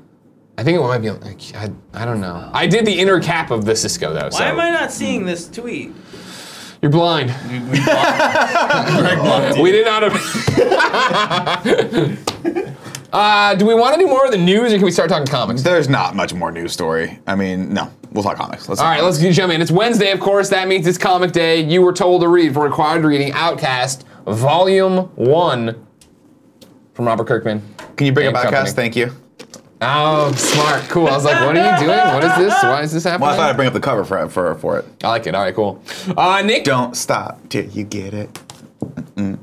I think it might be on. Like, I, I don't know. I did the inner cap of the Cisco though. so
Why am I not seeing this tweet?
You're blind.
We, we blocked- Greg blocked it.
We did not. uh, do we want to do more of the news, or can we start talking comics?
There's not much more news story. I mean, no. We'll talk comics. Let's
All right, let's jump in. It's Wednesday, of course. That means it's comic day. You were told to read for required reading Outcast, Volume One, from Robert Kirkman.
Can you bring it back,
Thank company.
Cass? Thank you.
Oh, smart, cool. I was like, what are you doing? What is this? Why is this happening?
Well, I thought I'd bring up the cover for for, for it.
I like it. All right, cool. Uh, Nick,
Don't stop till you get it.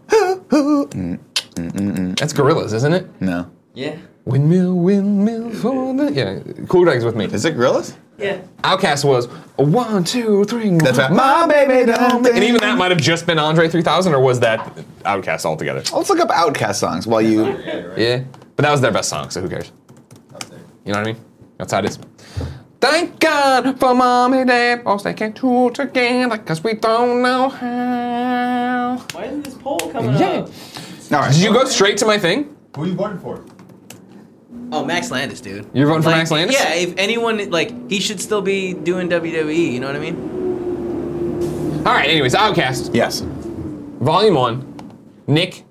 that's Gorillas, isn't it?
No.
Yeah.
Windmill, windmill for the yeah. Cool Greg's with me.
Is it gorillas?
Yeah.
Outcast was a one, two, three.
That's right. My
Ma-
baby don't.
And even that might have just been Andre 3000, or was that Outcast altogether?
Let's look up Outcast songs while you.
Yeah, but that was their best song, so who cares? You know what I mean? That's how it is. Thank God for mom and dad, boss they can't tool together, cause we don't know how.
Why isn't this poll coming
Yeah.
up?
All right.
Did you go straight to my thing?
Who are you voting for?
Oh, Max Landis, dude.
You're voting for
Like,
Max Landis?
Yeah. If anyone, like, he should still be doing WWE. You know what I mean?
All right. Anyways, Outcast,
Yes.
Volume One. Nick,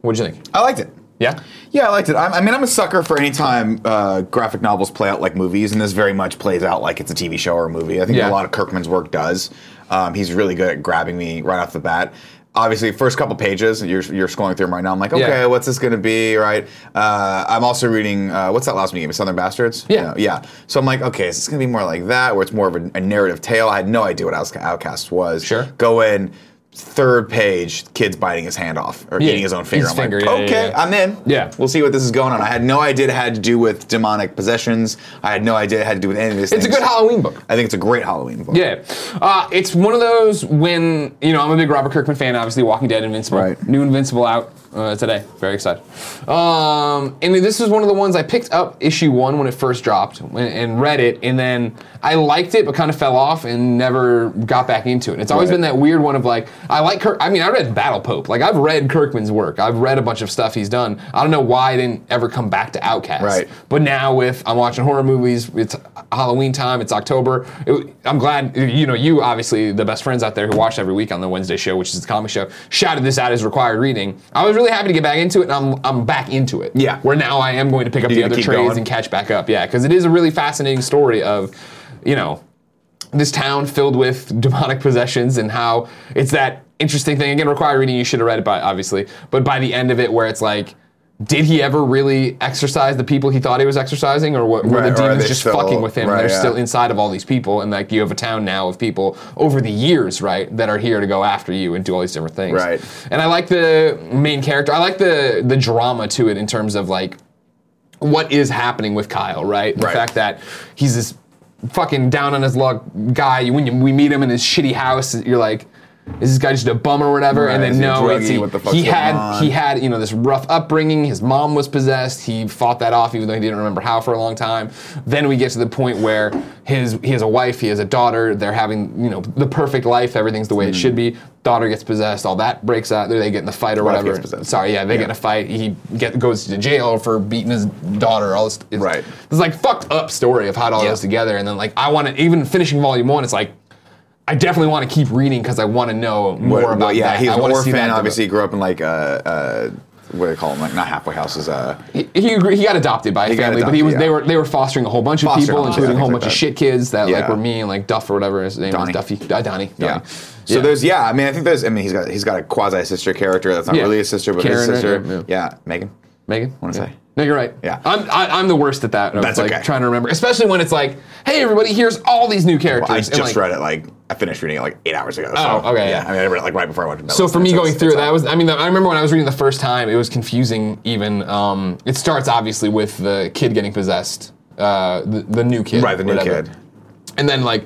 what'd you think?
I liked it.
Yeah.
Yeah, I liked it. I'm, I mean, I'm a sucker for any time uh, graphic novels play out like movies, and this very much plays out like it's a TV show or a movie. I think a
Yeah.
lot of Kirkman's work does. Um, he's really good at grabbing me right off the bat. Obviously, first couple pages, you're, you're scrolling through them right now. I'm like,
Yeah.
okay, what's this going to be, right? Uh, I'm also reading, uh, what's that last one you gave me, Southern Bastards?
Yeah.
No, yeah. So I'm like, okay, is this going to be more like that, where it's more of a, a narrative tale? I had no idea what Outca- Outcast was.
Sure.
Go in, third page, kid's biting his hand off or
Yeah,
eating his own finger. I'm
his
like,
finger, yeah, yeah,
okay,
yeah.
I'm in.
Yeah.
We'll see what this is going on. I had no idea it had to do with demonic possessions. I had no idea it had to do with any of this.
It's a good Halloween book.
I think it's a great Halloween book.
Yeah, uh, it's one of those when you know I'm a big Robert Kirkman fan. Obviously, Walking Dead, Invincible,
Right.
new Invincible out uh, today. Very excited. Um, and this is one of the ones I picked up issue one when it first dropped and, and read it, and then I liked it, but kind of fell off and never got back into it. It's always
Right.
been that weird one of like I like Kirk. I mean, I read Battle Pope. Like I've read Kirkman's work. I've read a bunch of stuff he's done. I don't know why I didn't ever come back to Outcast.
Right.
But now with I'm watching horror movies. It's Halloween time. It's October. It- I'm glad you know you obviously the best friends out there who watch every week on the Wednesday show, which is the comic show, shouted this out as required reading. I was really happy to get back into it, and I'm I'm back into it.
Yeah.
Where now I am going to pick up
You're
the
gonna
other
keep
trades
going?
and catch back up. Yeah, because it is a really fascinating story of, you know, this town filled with demonic possessions and how it's that interesting thing. Again, required reading. You should have read it by obviously, but by the end of it, where it's like, did he ever really exercise the people he thought he was exercising, or what, were
Right,
the
or are
demons
they
just
still-
fucking with him? and
right,
they're
yeah.
still inside of all these people, and like you have a town now of people over the years, right, that are here to go after you and do all these different things.
Right.
And I like the main character. I like the the drama to it in terms of like what is happening with Kyle, right? The
Right.
fact that he's this fucking down on his luck guy. When you, we meet him in his shitty house, you're like, is this guy just a bum or whatever?
Right,
and then
is he
no,
druggy?
it's he,
What the fuck's
he
going
had
on?
he had you know this rough upbringing. His mom was possessed. He fought that off, even though he didn't remember how for a long time. Then we get to the point where his he has a wife, he has a daughter. They're having you know the perfect life. Everything's the way it
Hmm.
should be. Daughter gets possessed. All that breaks out. They get in the fight or
Wife
whatever.
gets possessed.
Sorry, yeah, they
Yeah.
get in a fight. He get, goes to jail for beating his daughter. All this it's,
Right.
It's like fucked up story of how it all
Yeah.
goes together. And then like I want to even finishing volume one. It's like I definitely want to keep reading because I want to know more
What- what-
about
yeah,
that.
he's
I
an
wanna see that
orphan.
develop.
Obviously, he grew up in like uh, uh, what do they call them? Like not halfway houses. Uh,
He, he he got adopted by a
got
family, but he was
adopted,
they
yeah.
were they were fostering a whole bunch of
Fostering
people,
a bunch of
including a
things
whole
like
bunch of
that.
shit kids that like
Yeah.
were mean, like Duff or whatever his name
Donnie.
was, Duffy, uh, Donnie, Donnie.
yeah. So
Yeah.
there's yeah. I mean, I think there's. I mean, he's got he's got a quasi sister character. That's not
Yeah.
really a sister, but his
Karen, right?
sister.
Yeah,
Yeah, Megan.
Megan.
Wanna
Yeah.
say?
No, you're right.
Yeah.
I'm I, I'm the worst at that. Of,
That's
like
okay.
trying to remember, especially when it's like, hey, everybody, here's all these new characters.
Well, I
and,
just
like,
read it like I finished reading it like eight hours ago.
Oh,
so,
okay,
Yeah.
yeah.
I mean, I read it like right before I went to bed.
So for me
It's-
going
it's-
through
it's
that
all-
was I mean I remember when I was reading the first time it was confusing even um, it starts obviously with the kid getting possessed uh, the, the new kid
right the new
whatever.
kid.
and then like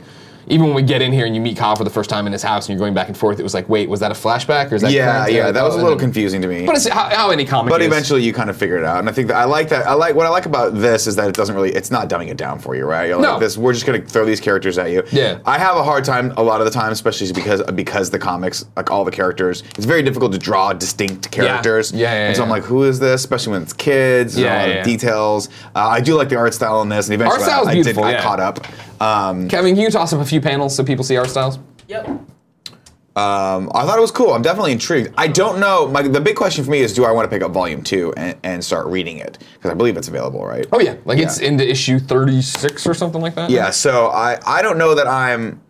even when we get in here and you meet Kyle for the first time in his house and you're going back and forth it was like wait was that a flashback or is that
Yeah,
current?
yeah. That was a
and
little
then-
confusing to me.
but it's how, how any comic
But
is.
eventually you kind of figure it out, and I think that I like that. I like what I like about this is that it doesn't really. It's not dumbing it down for you, right? You're like
No.
this. We're just gonna throw these characters at you.
Yeah.
I have a hard time a lot of the time, especially because because the comics, like all the characters, it's very difficult to draw distinct characters.
Yeah, yeah,
And so I'm
yeah.
like, who is this? Especially when it's kids. Yeah, a
Yeah,
lot
yeah, yeah.
of details. Uh, I do like the art style in this, and eventually
style's
I, I
beautiful,
did.
yeah.
I caught up. Um,
Kevin can you toss up a few panels so people see our styles
Yep.
Um, I thought it was cool. I'm definitely intrigued. I don't know. My, the big question for me is, do I want to pick up volume two and, and start reading it? Because I believe it's available, right?
oh yeah like it's into issue 36 or something like that
Yeah. So I, I don't know that I'm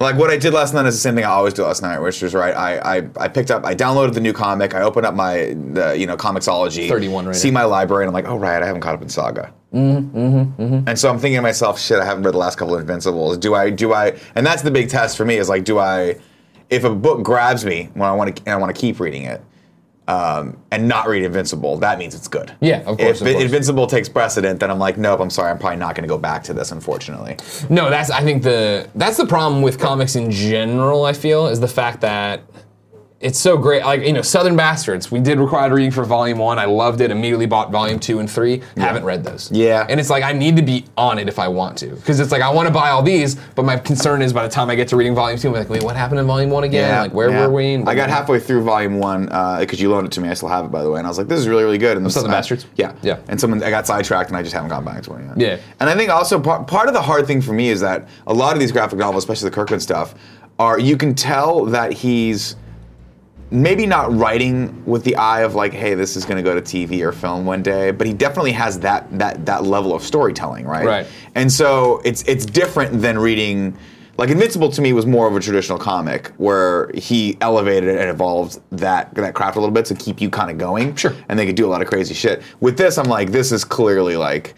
like what I did last night is the same thing I always do last night, which is right. I, I, I picked up, I downloaded the new comic. I opened up my the you know Comixology,
31 right
see
now.
my library, and I'm like, oh right, I haven't caught up in Saga. Mm-hmm, mm-hmm. And so I'm thinking to myself, shit, I haven't read the last couple of Invincibles. Do I? Do I? And that's the big test for me is like, do I? If a book grabs me when I want to, and I want to keep reading it. Um, and not read Invincible, that means it's good.
Yeah, of course,
If
of course.
Invincible takes precedent, then I'm like, nope, I'm sorry, I'm probably not going to go back to this, unfortunately.
No, that's I think the that's the problem with comics in general. I feel is the fact that it's so great. Like you know, Southern Bastards. We did required reading for Volume One. I loved it. Immediately bought Volume Two and Three. Haven't read those.
Yeah.
And it's like I need to be on it if I want to, because it's like I want to buy all these, but my concern is by the time I get to reading Volume Two, I'm like, wait, what happened in Volume One again? like where
yeah.
were we? And-
I got halfway through volume one because you loaned it to me. I still have it, by the way. And I was like, "This is really, really good." And this
Southern
I-
Bastards?
Yeah,
Yeah.
And someone I got sidetracked, and I just haven't gone back to it yet.
Yeah.
And I think also part, part of the hard thing for me is that a lot of these graphic novels, especially the Kirkman stuff, are you can tell that he's maybe not writing with the eye of like, "Hey, this is going to go to TV or film one day," but he definitely has that that that level of storytelling, right?
Right.
And so it's it's different than reading like Invincible to me was more of a traditional comic where he elevated it and evolved that that craft a little bit to keep you kind of going.
Sure.
And they could do a lot of crazy shit. With this, I'm like, this is clearly like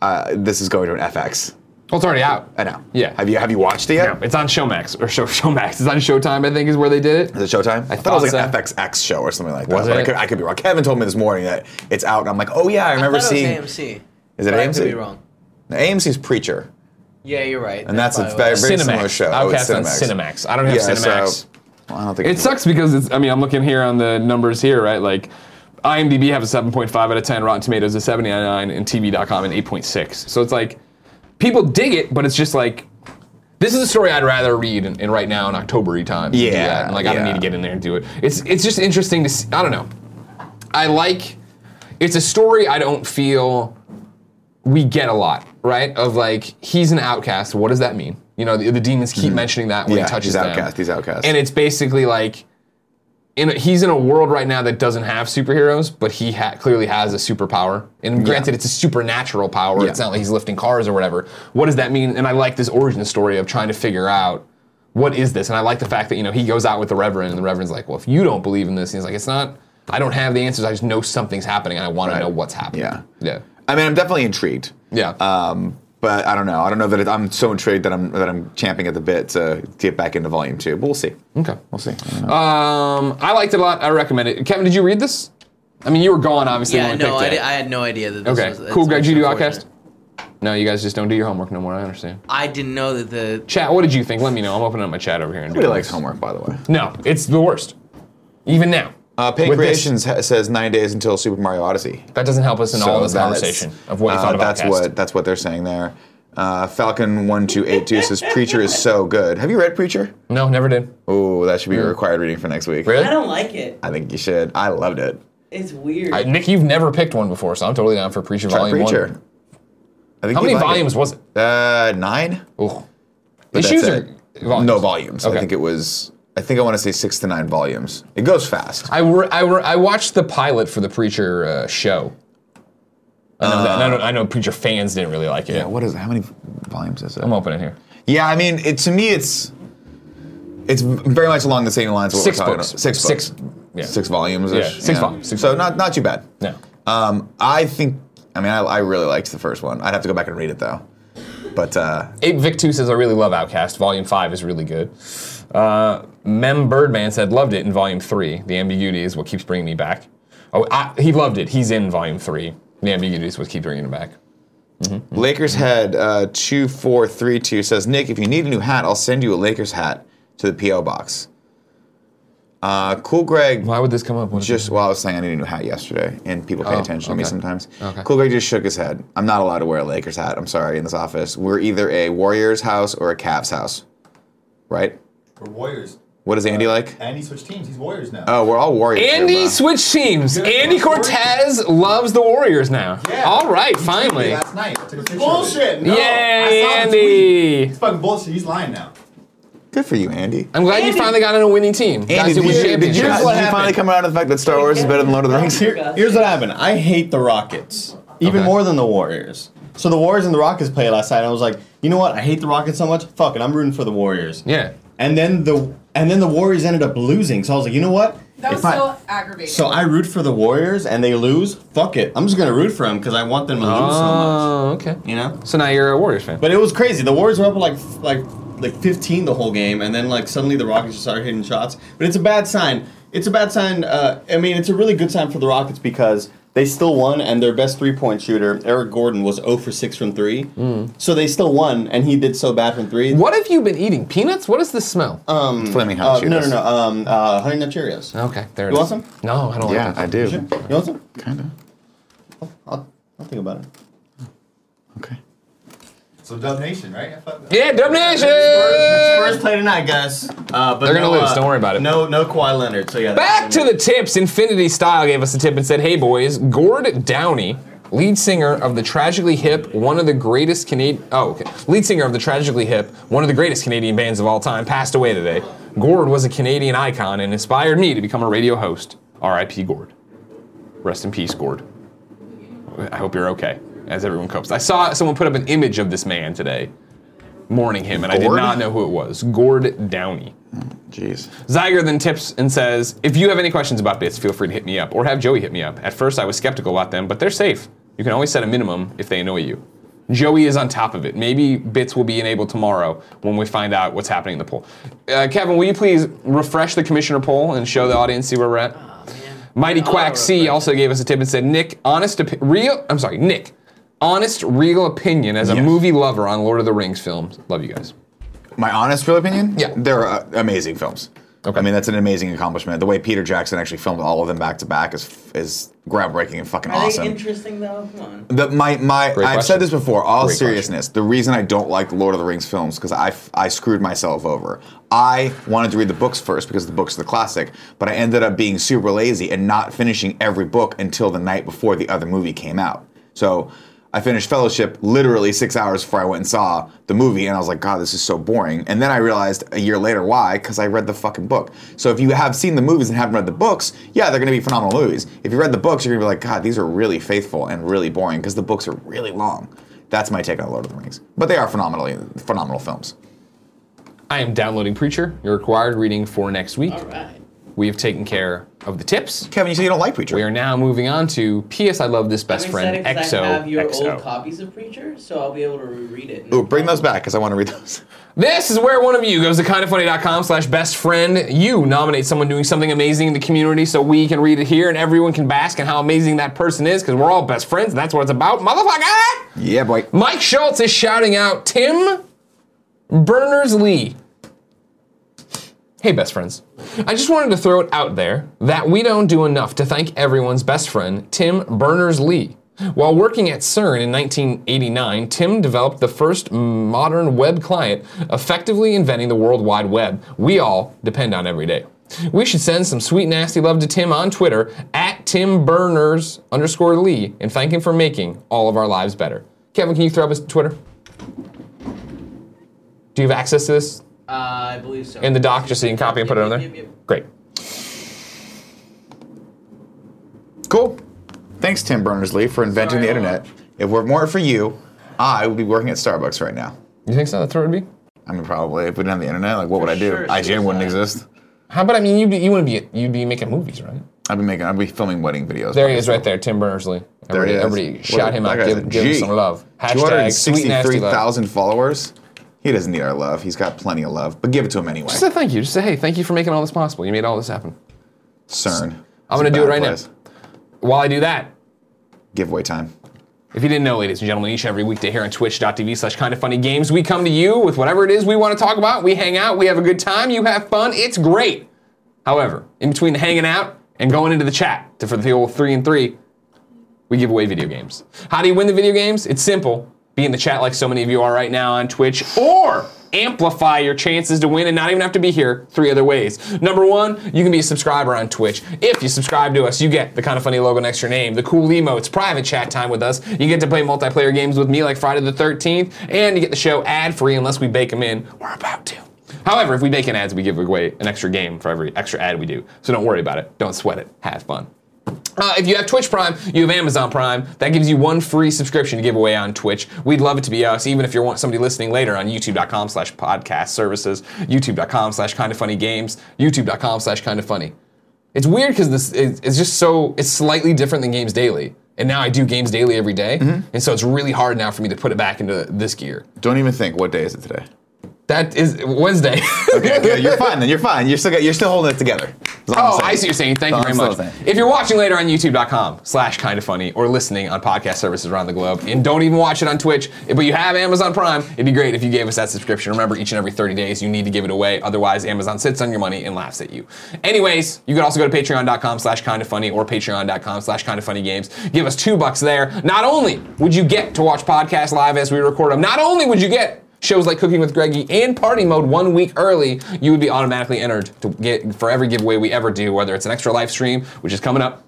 uh, this is going to an FX.
Well, it's already out.
I know.
Yeah.
Have you have you watched it yet?
No, it's on Showmax or Show, Showmax. It's on Showtime. I think is where they did it.
Is it Showtime? I, thought it was like an
thought
FXX show or something like that.
Was
but
it?
I could, I could be wrong. Kevin told me this morning that it's out, and I'm like, oh yeah, I
I
remember
thought
seeing.
It was AMC.
Is it
but I could
AMC?
be wrong.
AMC's Preacher,
Yeah, you're right.
and that's, a
probably
very,
what it
very
Cinemax.
similar show. Oh, it's
Outcast on Cinemax. I don't have
Yeah,
Cinemax.
so well, I don't think
It sucks because it's. I mean, I'm looking here on the numbers here, right? Like, IMDb have a 7.5 out of 10, Rotten Tomatoes a 79, and TV.com an 8.6. So it's like people dig it, but it's just like this is a story I'd rather read in, in right now in October time. than do
Yeah,
that. And, like I don't
yeah.
need to get in there and do it. It's it's just interesting to. See, I don't know. I like. It's a story I don't feel we get a lot, right? Of like he's an outcast. What does that mean? You know, the, the demons keep mentioning that when
Mm-hmm. Yeah,
he touches
he's
them.
outcast, he's outcast.
And it's basically like in a, he's in a world right now that doesn't have superheroes, but he ha- clearly has a superpower. And granted, it's a supernatural power.
Yeah.
It's not like he's lifting cars or whatever. What does that mean? And I like this origin story of trying to figure out what is this. And I like the fact that you know he goes out with the Reverend, and the Reverend's like, "Well, if you don't believe in this," he's like, "It's not. I don't have the answers. I just know something's happening, and I want
Right.
to know what's happening."
Yeah.
Yeah.
I mean, I'm definitely intrigued.
Yeah.
Um, but I don't know. I don't know that it, I'm so intrigued that I'm that I'm champing at the bit to get back into volume two. But we'll see.
okay.
We'll see. I don't know.
Um, I liked it a lot. I recommend it. Kevin, did you read this? I mean, you were gone, obviously.
Yeah,
when we
no,
picked
I,
it.
di- I had no idea that this
okay,
was that's
cool. Greg,
what's
you do
unfortunate.
Outcast? No, you guys just don't do your homework no more. I understand.
I didn't know that the
Chat, what did you think? Let me know. I'm opening up my chat over here. And
Nobody
doing
likes
this.
homework, by the way.
No, it's the worst. Even now,
Uh, Pain
With this-
Creations ha- says nine days until Super Mario Odyssey.
that doesn't help us in all this
that's-
conversation of what you
uh,
thought about
that's what that's what they're saying there. Uh, Falcon one two eight two says Preacher is so good. Have you read Preacher?
No, never did.
Ooh, that should be a required reading for next week.
Hmm. Really?
I don't like it.
I think you should. I loved it.
It's weird.
I- Nick, you've never picked one before, so I'm totally down for Preacher
Try
Volume
Preacher.
One.
I think
How
you'd
many
like it.
volumes was it?
Uh, nine.
Ooh.
But
Issues
that's
are
it.
Volumes.
No volumes.
Okay.
I think it was. I think I want to say six to nine volumes. It goes fast.
I, re- I, re- I watched the pilot for the Preacher uh, show. I know, that, and I, know, I know Preacher fans didn't really like
Uh,
it.
yeah. What is? How many volumes is it?
I'm opening here.
Yeah. I mean, it, to me, it's it's very much along the same lines. Of what
Six
we're talking
books.
about. Six books.
Six- yeah.
Six volumes.
Yeah, six volumes, six
so not not too bad.
No.
Um, I think. I mean, I, I really liked the first one. I'd have to go back and read it though. But uh,
Ape Vic 2 says, I really love Outcast. Volume 5 is really good. Uh, Mem Birdman said, loved it in Volume 3. The ambiguity is what keeps bringing me back. Oh, I, he loved it. He's in Volume 3. The ambiguity is what keeps bringing him back.
Lakers head uh, two four three two says Nick, if you need a new hat, I'll send you a Lakers hat to the PO box. Uh, cool, Greg.
Why would this come up? What is
Just while I was saying I need a new hat yesterday, and people pay
Oh,
attention to me
okay.
sometimes.
Okay.
Cool Greg just shook his head. I'm not allowed to wear a Lakers hat. I'm sorry. In this office, we're either a Warriors house or a Cavs house, right?
We're Warriors.
What is Andy like?
And he switched teams. He's Warriors now.
Oh, we're all Warriors. here,
Andy
bro.
switched teams.
Dude,
Andy
I'm sorry.
Cortez loves the Warriors now.
Yeah.
All right,
He tweeted me
finally.
Last night. I took a picture Of
Bullshit.
it.
No.
Yay,
I saw the
Andy!
It's fucking bullshit. He's lying now.
Good for you, Andy.
I'm glad you finally got on a winning team. Guys,
Andy,
it
did
was
you, did you,
championship.
did you
what
finally
happened.
come around to the fact that Star Wars is better than Lord of the Rings?
Here- here's what happened. I hate the Rockets even
Okay.
more than the Warriors. So the Warriors and the Rockets played last night, and I was like, you know what? I hate the Rockets so much. Fuck it, I'm rooting for the Warriors.
Yeah.
And then the and then the Warriors ended up losing. So I was like, you know what?
That was
If I-
so aggravating.
so I root for the Warriors and they lose. Fuck it, I'm just gonna root for them because I want them to lose so much.
Oh, okay.
You know.
So now you're a Warriors fan.
But it was crazy. The Warriors were up like like like 15 the whole game, and then like suddenly the Rockets just started hitting shots. But it's a bad sign. It's a bad sign. Uh, I mean, it's a really good sign for the Rockets because they still won, and their best three point shooter Eric Gordon was 0 for 6 from three. So they still won, and he did so bad from three.
What have you been eating? Peanuts? What is this smell?
Flaming
Uh,
hot
no, no, no. Um, uh, Honey Nut Cheerios.
okay, there it
You
is.
want some?
No, I don't
Yeah,
like
I
it.
do.
You want some?
Kind of.
I'll, I'll think about it.
Okay.
So Dub Nation, right?
Yeah, Dub
Spurs
Nation!
play tonight, guys. Uh, but
They're gonna
no,
lose,
uh,
don't worry about it.
No, no Kawhi Leonard. So yeah.
Back to the tips. Infinity Style gave us a tip and said, hey, boys, Gord Downey, lead singer of the Tragically Hip, one of the greatest Canadian. Oh, okay. Lead singer of the Tragically Hip, one of the greatest Canadian bands of all time, passed away today. Gord was a Canadian icon and inspired me to become a radio host. R.I.P. Gord. Rest in peace, Gord. I hope you're okay as everyone copes. I saw someone put up an image of this man today, mourning him, and I did
Gord?
not know who it was. Gord Downey.
Jeez.
Zeiger then tips and says, If you have any questions about bits, feel free to hit me up or have Joey hit me up. At first, I was skeptical about them, but they're safe. You can always set a minimum if they annoy you. Joey is on top of it. Maybe bits will be enabled tomorrow when we find out what's happening in the poll. Uh, Kevin, will you please refresh the commissioner poll and show the audience see where we're at? Mighty
Oh, I'll
Quack C
refresh
also gave us a tip and said, Nick, honest, opi- real, I'm sorry, Nick, honest, real opinion as a
Yes.
movie lover on Lord of the Rings films. Love you guys.
My honest real opinion?
Yeah.
They're uh, amazing films.
Okay.
I mean, that's an amazing accomplishment. The way Peter Jackson actually filmed all of them back to back is is groundbreaking and fucking
Are
awesome.
they interesting though? Come on.
the, my my
Great
I've
question.
said this before. All
Great
seriousness, the reason I don't like Lord of the Rings films because I f- I screwed myself over. I wanted to read the books first because the books are the classic, but I ended up being super lazy and not finishing every book until the night before the other movie came out. So. I finished Fellowship literally six hours before I went and saw the movie, and I was like, God, this is so boring. And then I realized a year later why, because I read the fucking book. So if you have seen the movies and haven't read the books, yeah, they're gonna be phenomenal movies. If you read the books, you're gonna be like, God, these are really faithful and really boring, because the books are really long. That's my take on Lord of the Rings. But they are phenomenally phenomenal films.
I am downloading Preacher, your required reading for next week.
All right.
We have taken care of the tips.
Kevin, you say you don't like Preacher.
We are now moving on to P.S. I love this best
I'm
friend
excited 'cause I have your
XO
old copies of Preacher, so I'll be able to reread it.
Ooh, bring those back, because I want to read those.
This is where one of you goes to kindoffunny.com slash best friend. You nominate someone doing something amazing in the community so we can read it here and everyone can bask in how amazing that person is because we're all best friends and that's what it's about. Motherfucker!
Yeah, boy.
Mike Schultz is shouting out Tim Berners Lee. Hey, best friends. I just wanted to throw it out there that we don't do enough to thank everyone's best friend, Tim Berners Lee. While working at CERN in 1989, Tim developed the first modern web client, effectively inventing the World Wide Web we all depend on every day. We should send some sweet nasty love to Tim on Twitter at Tim Berners underscore Lee and thank him for making all of our lives better. Kevin, can you throw up his Twitter? Do you have access to this?
Uh, I believe so.
In the doc, just so you can copy and put it on there?
Yep, yep, yep.
Great.
Cool. Thanks, Tim Berners Lee, for inventing
Sorry,
the
Mom.
internet. If it weren't for you, I would be working at Starbucks right now.
You think so? That's what it would be?
I mean, probably if we didn't have the internet, like what would I do?
sure,
IGN wouldn't
suicide.
exist.
How about, I mean, you'd be, you wouldn't be, you'd be making movies, right?
I'd be making, I'd be filming wedding videos.
There he is right there, Tim Berners-Lee.
There
Everybody,
he is.
everybody
What
shout
a-
him
that
out.
guy's
Give,
a
give him
G.
some love. Hashtag sweet nasty love.
263,000 followers. He doesn't need our love. He's got plenty of love, but give it to him anyway.
Just say thank you. Just say, hey, thank you for making all this possible. You made all this happen.
CERN.
I'm gonna
It's a
do it
bad
right now.
place.
While I do that,
Giveaway time.
If you didn't know, ladies and gentlemen, each and every weekday here on twitch.tv slash kind of funny games, we come to you with whatever it is we want to talk about. We hang out, we have a good time, you have fun, it's great. However, in between hanging out and going into the chat to, for the old three and three, we give away video games. How do you win the video games? It's simple. Be in the chat like so many of you are right now on Twitch, or amplify your chances to win and not even have to be here three other ways. Number one, you can be a subscriber on Twitch. If you subscribe to us, you get the kind of funny logo next to your name, the cool emotes, private chat time with us. You get to play multiplayer games with me like Friday the 13th, and you get the show ad free unless we bake them in. We're about to. However, if we make an ads, we give away an extra game for every extra ad we do. So don't worry about it. Don't sweat it. Have fun. Uh, if you have Twitch Prime, you have Amazon Prime. That gives you one free subscription to give away on Twitch. We'd love it to be us, even if you're want somebody listening later on youtube.com slash podcast services, youtube.com slash kind of funny games, youtube.com slash kind of funny. It's weird because this is, it's just so it's slightly different than Games Daily, and now I do Games Daily every day. and so it's really hard now for me to put it back into this gear.
Don't even think. What day is it today?
That is Wednesday.
Okay, okay, you're fine. Then you're fine. You're still got- you're still holding it together. That's all I'm
Oh,
saying.
I see what you're saying. Thank you
That's
very
all I'm
much.
saying.
If you're watching later on youtube.com slash kind of funny or listening on podcast services around the globe and don't even watch it on Twitch, but you have Amazon Prime, it'd be great if you gave us that subscription. Remember, each and every 30 days you need to give it away. Otherwise, Amazon sits on your money and laughs at you. Anyways, you can also go to patreon.com slash kind of funny or patreon.com slash kind of funny games. Give us two bucks there. Not only would you get to watch podcasts live as we record them, not only would you get shows like Cooking with Greggy and Party Mode one week early, you would be automatically entered to get for every giveaway we ever do, whether it's an extra live stream, which is coming up,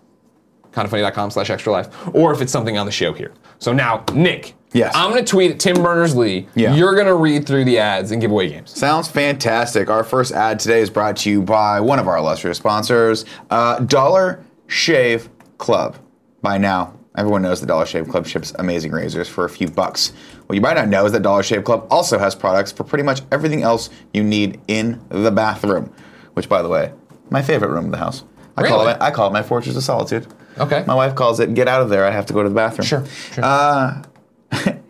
kindoffunny.com slash extra life, or if it's something on the show here. So now, Nick,
Yes.
I'm gonna tweet at Tim Berners-Lee.
Yeah.
You're gonna read through the ads and give away games.
Sounds fantastic. Our first ad today is brought to you by one of our illustrious sponsors, uh, Dollar Shave Club. By now, everyone knows the Dollar Shave Club ships amazing razors for a few bucks. What you might not know is that Dollar Shave Club also has products for pretty much everything else you need in the bathroom, which, by the way, my favorite room in the house. I call
Really?
it I call it my fortress of solitude.
Okay.
My wife calls it "Get out of there." I have to go to the bathroom.
Um, Sure, sure.
Uh,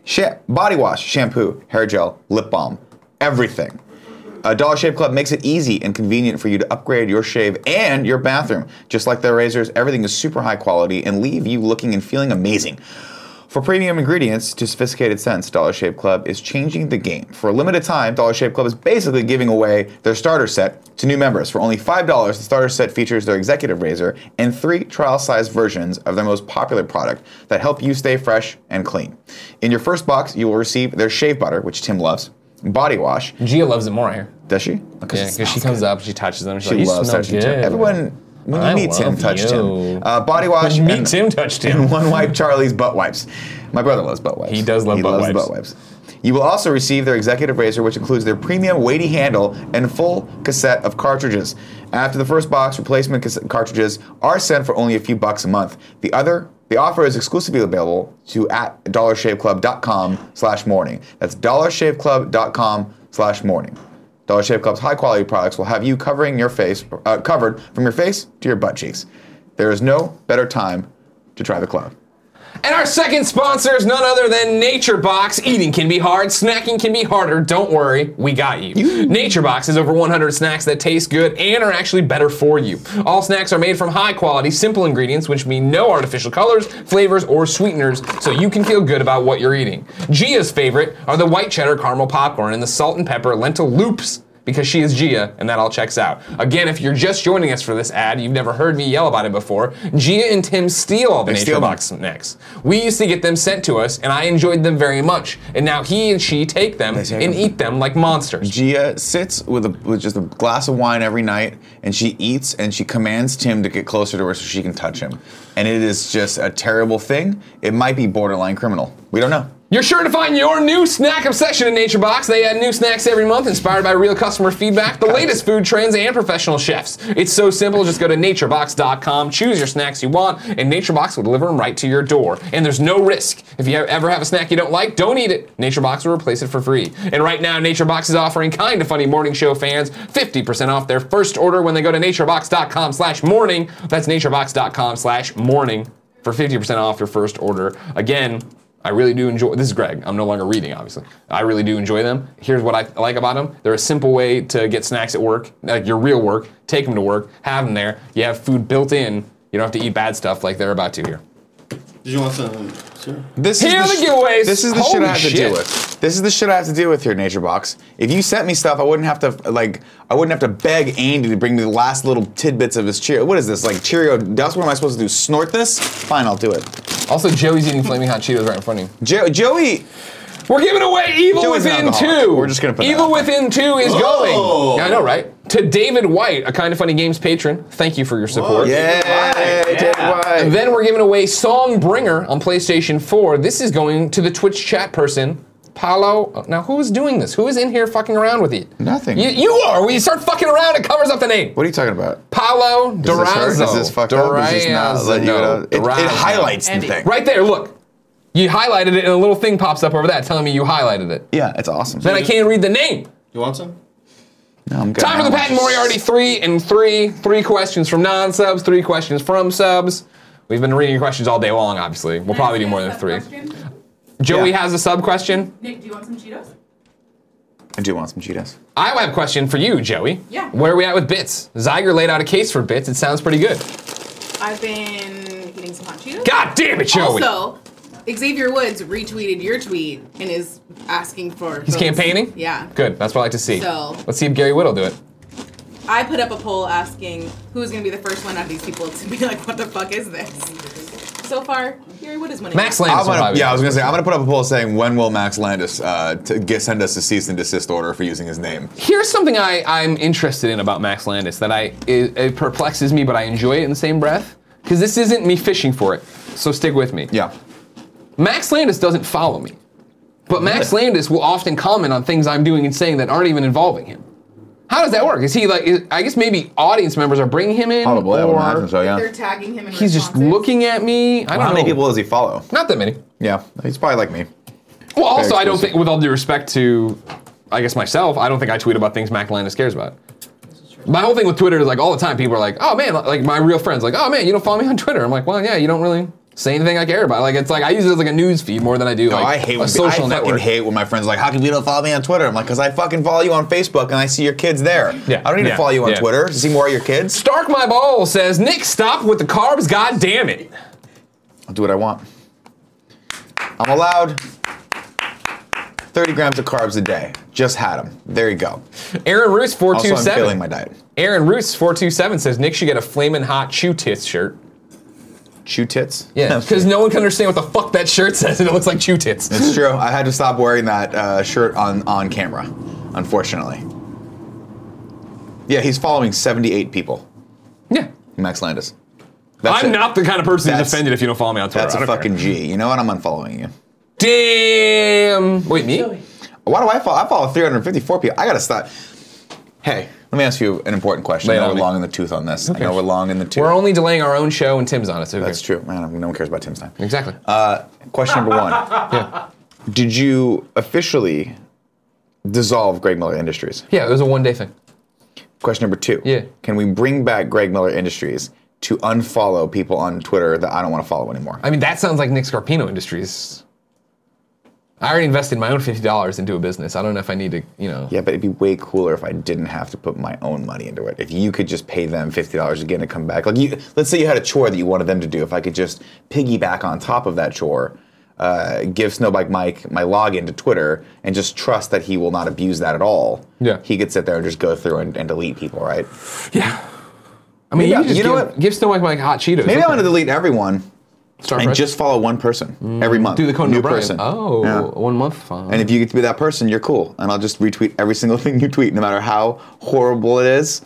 Sha- body wash, shampoo, hair gel, lip balm, everything. Uh, Dollar Shave Club makes it easy and convenient for you to upgrade your shave and your bathroom. Just like their razors, everything is super high quality and leave you looking and feeling amazing. For premium ingredients to sophisticated scents, Dollar Shave Club is changing the game. For a limited time, Dollar Shave Club is basically giving away their starter set to new members. For only $5, the starter set features their executive razor and three trial size versions of their most popular product that help you stay fresh and clean. In your first box, you will receive their shave butter, which Tim loves, body wash.
Gia loves it more I hear.
Does she?
Yeah, because she comes up, she touches them, she's
She
like, you
loves
smell
touching Tim.
good."
Everyone, when you
I
meet Tim,
love
touch
you.
Tim. Uh, body wash.
Meet
and-
Tim touched
and
him.
one wipe Charlie's butt wipes. My brother loves butt wipes.
He does love
he
butt
loves
wipes.
butt wipes. You will also receive their executive razor, which includes their premium weighty handle and full cassette of cartridges. After the first box, replacement cas- cartridges are sent for only a few bucks a month. The other, the offer is exclusively available to at dollarshaveclub.com slash morning. That's dollarshaveclub.com slash morning. Dollar Shave Club's high quality products will have you covering your face, uh, covered from your face to your butt cheeks. There is no better time to try the club.
And our second sponsor is none other than Nature Box. Eating can be hard, snacking can be harder. Don't worry, we got you. Nature Box has over 100 snacks that taste good and are actually better for you. All snacks are made from high quality, simple ingredients, which mean no artificial colors, flavors, or sweeteners, so you can feel good about what you're eating. Gia's favorite are the white cheddar caramel popcorn and the salt and pepper lentil loops because she is Gia, and that all checks out. Again, if you're just joining us for this ad, you've never heard me yell about it before. Gia and Tim steal all the
They
Nature
steal them.
Box snacks. We used to get them sent to us, and I enjoyed them very much. And now he and she take them
take them.
and eat them like monsters.
Gia sits with a with just a glass of wine every night, and she eats and she commands Tim to get closer to her so she can touch him. And it is just a terrible thing. It might be borderline criminal. We don't know.
You're sure to find your new snack obsession in Nature Box. They add new snacks every month, inspired by real customer feedback, the latest food trends, and professional chefs. It's so simple. Just go to naturebox.com, choose your snacks you want, and NatureBox will deliver them right to your door. And there's no risk. If you ever have a snack you don't like, don't eat it. NatureBox will replace it for free. And right now, NatureBox is offering Kind of Funny Morning Show fans 50% off their first order when they go to naturebox.com slash morning. That's naturebox.com slash morning for 50% off your first order. Again, I really do enjoy. This is Greg. I'm no longer reading, obviously. I really do enjoy them. Here's what I like about them: they're a simple way to get snacks at work, like your real work. Take them to work, have them there. You have food built in. You don't have to eat bad stuff like they're about to here.
Did you want some? Sure.
This
Here are
is
the
sh-
giveaways.
This is the shit
Holy
I have to
shit.
deal with. This is the shit I have to deal with here, Nature Box. If you sent me stuff, I wouldn't have to like I wouldn't have to beg Andy to bring me the last little tidbits of his Cheerio. What is this? Like Cheerio dust? What am I supposed to do? Snort this? Fine, I'll do it.
Also, Joey's eating flaming hot Cheetos right in front of you.
Jo- Joey,
We're giving away Evil
Joey's an
Within
alcoholic.
Two.
We're just gonna put that
Evil
out there.
Within Two is
Oh.
going. Yeah, I know, right? To David White, a kind of funny games patron. Thank you for your support.
yeah, David
And
White.
then we're giving away Songbringer on PlayStation 4. This is going to the Twitch chat person, Paolo. Now, who is doing this? Who is in here fucking around with you?
Nothing.
You, you are. When you start fucking around, it covers up the name.
What are you talking about?
Paolo
Is this her?
Durazzo.
Is this fucked up? Is this not
Durazzo.
letting you
No,
know? It, it
Durazzo.
highlights
Andy.
the thing.
Right there, look. You highlighted it, and a little thing pops up over that telling me you highlighted it.
Yeah, it's awesome.
Then I can't read the name.
You want some?
No, I'm good.
Time for the Pat and Moriarty three and three. Three questions from non subs, three questions from subs. We've been reading your questions all day long, obviously. We'll probably do more than three.
Question?
Joey
Yeah.
has a sub question.
Nick, do you want some Cheetos?
I do want some Cheetos.
I have a question for you, Joey.
Yeah.
Where are we at with bits? Zeiger laid out a case for bits. It sounds pretty good.
I've been eating some hot Cheetos.
God damn it, Joey!
Also, Xavier Woods retweeted your tweet and is asking for.
He's campaigning?
Yeah.
Good. That's what I like to see.
So-
Let's see if Gary Whittle do it.
I put up a poll asking who's going to be the first one out of these people to be like, what the fuck is this? So far, Gary Wood is winning.
Max
I'm
Landis. will
gonna,
probably
yeah, I was
do it.
gonna say I'm gonna put up a poll saying when will Max Landis uh, to get, send us a cease and desist order for using his name?
Here's something I, I'm interested in about Max Landis that I it, it perplexes me, but I enjoy it in the same breath. Because this isn't me fishing for it. So stick with me.
Yeah,
Max Landis doesn't follow me. But Max Landis will often comment on things I'm doing and saying that aren't even involving him. How does that work? Is he like, is, I guess maybe audience members are bringing him in?
probably. I would
or-
imagine so. Yeah.
They're tagging him in
He's just
responses.
looking at me. I don't
How
know.
many people does he follow?
Not that many.
Yeah, he's probably like me.
Well, also, I don't
exclusive.
think, with all due respect to, I guess myself, I don't think I tweet about things Mac Landis cares about. My whole thing with Twitter is like all the time people are like, oh man, like my real friends, like, oh man, you don't follow me on Twitter. I'm like, well, yeah, you don't really say anything I care about. Like, it's like I use it as like a news feed more than I do
No,
like
I hate.
a
When,
social
I
network.
fucking hate when my friends are like, "How come you don't follow me on Twitter?" I'm like, "Cause I fucking follow you on Facebook and I see your kids there.
Yeah.
I don't need
Yeah.
to follow you on
Yeah.
Twitter to see more of your kids.
Stark my ball says, Nick, stop with the carbs, god damn it.
I'll do what I want. I'm allowed 30 grams of carbs a day. Just had them. There you go.
Aaron Roos four
Also,
two
I'm failing my
seven.
diet.
Aaron Roos four two seven says Nick should get a flaming hot chew tits shirt.
Chew tits.
Yeah, because no one can understand what the fuck that shirt says, and it looks like chew tits.
It's true. I had to stop wearing that uh, shirt on, on camera, unfortunately. Yeah, he's following 78 people.
Yeah.
Max Landis. That's
I'm
it.
not the kind of person who's
That's-
offended if you don't follow me on Twitter.
That's
I
a
don't care.
fucking G. You know what? I'm unfollowing you.
Damn. Wait, me?
Why do I follow? I follow 354 people. I gotta stop. Hey, let me ask you an important question.
Lay it
I know
on
we're
me.
long in the tooth on this. I know we're long in the tooth.
We're only delaying our own show, and Tim's on it. So who
That's Uh,
cares?
true. Man, no one cares about Tim's time.
Exactly.
Question number one. Did you officially dissolve Greg Miller Industries?
yeah, it was a one day thing.
Question number two.
Yeah.
Can we bring back Greg Miller Industries to unfollow people on Twitter that I don't want to follow anymore?
I mean, that sounds like Nick Scarpino Industries. I already invested my own fifty dollars into a business. I don't know if I need to, you know.
yeah, but it'd be way cooler if I didn't have to put my own money into it. If you could just pay them fifty dollars again to come back, like you, let's say you had a chore that you wanted them to do. If I could just piggyback on top of that chore, uh, give Snowbike Mike my login to Twitter, and just trust that he will not abuse that at all.
Yeah.
he could sit there and just go through and, and delete people, right?
Yeah. I
Maybe
mean, you,
I-
can just
you know
give,
what?
give Snow White like hot Cheetos.
Maybe
Okay.
I want to delete everyone
Start
and
fresh.
just follow one person every month.
do Mm. the Conan
new
O'Brien.
person.
Oh, one
Yeah.
month fine.
And if you get to be that person, you're cool. And I'll just retweet every single thing you tweet, no matter how horrible it is.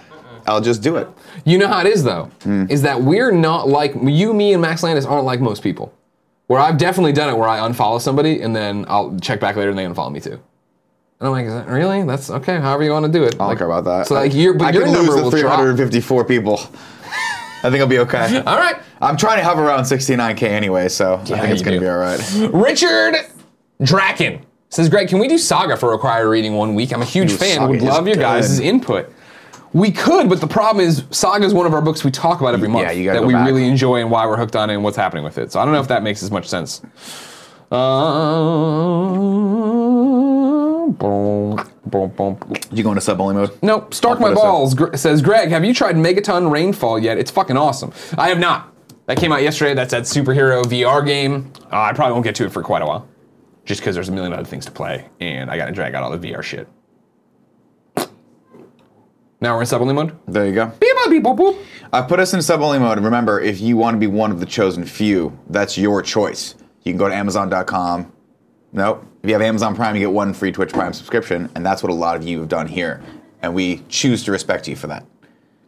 I'll just do it.
You know how it is though, is that we're not like you, me, and Max Landis aren't like most people. Where I've definitely done it, where I unfollow somebody and then I'll check back later and they unfollow me too. And I'm like, is that really? That's okay. However you want to do it. I
don't care about that.
So like your, but
I
your
could
number
lose
will
the
drop.
354 people. I think I'll be okay.
All right.
I'm trying to hover around 69k anyway, so I think it's
you
gonna
do.
be all right.
Richard Draken says, Greg, can we do Saga for required reading one week? I'm a huge
Ooh,
fan.
Saga
Would
is
love your
good.
guys' input. We could, but the problem is Saga is one of our books we talk about every month
you gotta
that
go
we
back.
really enjoy and why we're hooked on it and what's happening with it. So I don't know if that makes as much sense. Uh, boom, boom, boom.
You going to sub only mode?
Nope. Stark
I'll put
My
us up.
Balls gr- says, Greg, have you tried Megaton Rainfall yet? It's fucking awesome. I have not. That came out yesterday. That's that superhero VR game. Uh, I probably won't get to it for quite a while. Just because there's a million other things to play, and I gotta drag out all the VR shit. Now we're in sub only mode.
There you go.
Beep, boop, beep, boop, boop.
I put us in sub only mode. And remember, if you want to be one of the chosen few, that's your choice. You can go to Amazon.com. Nope. If you have Amazon Prime, you get one free Twitch Prime subscription, and that's what a lot of you have done here. And we choose to respect you for that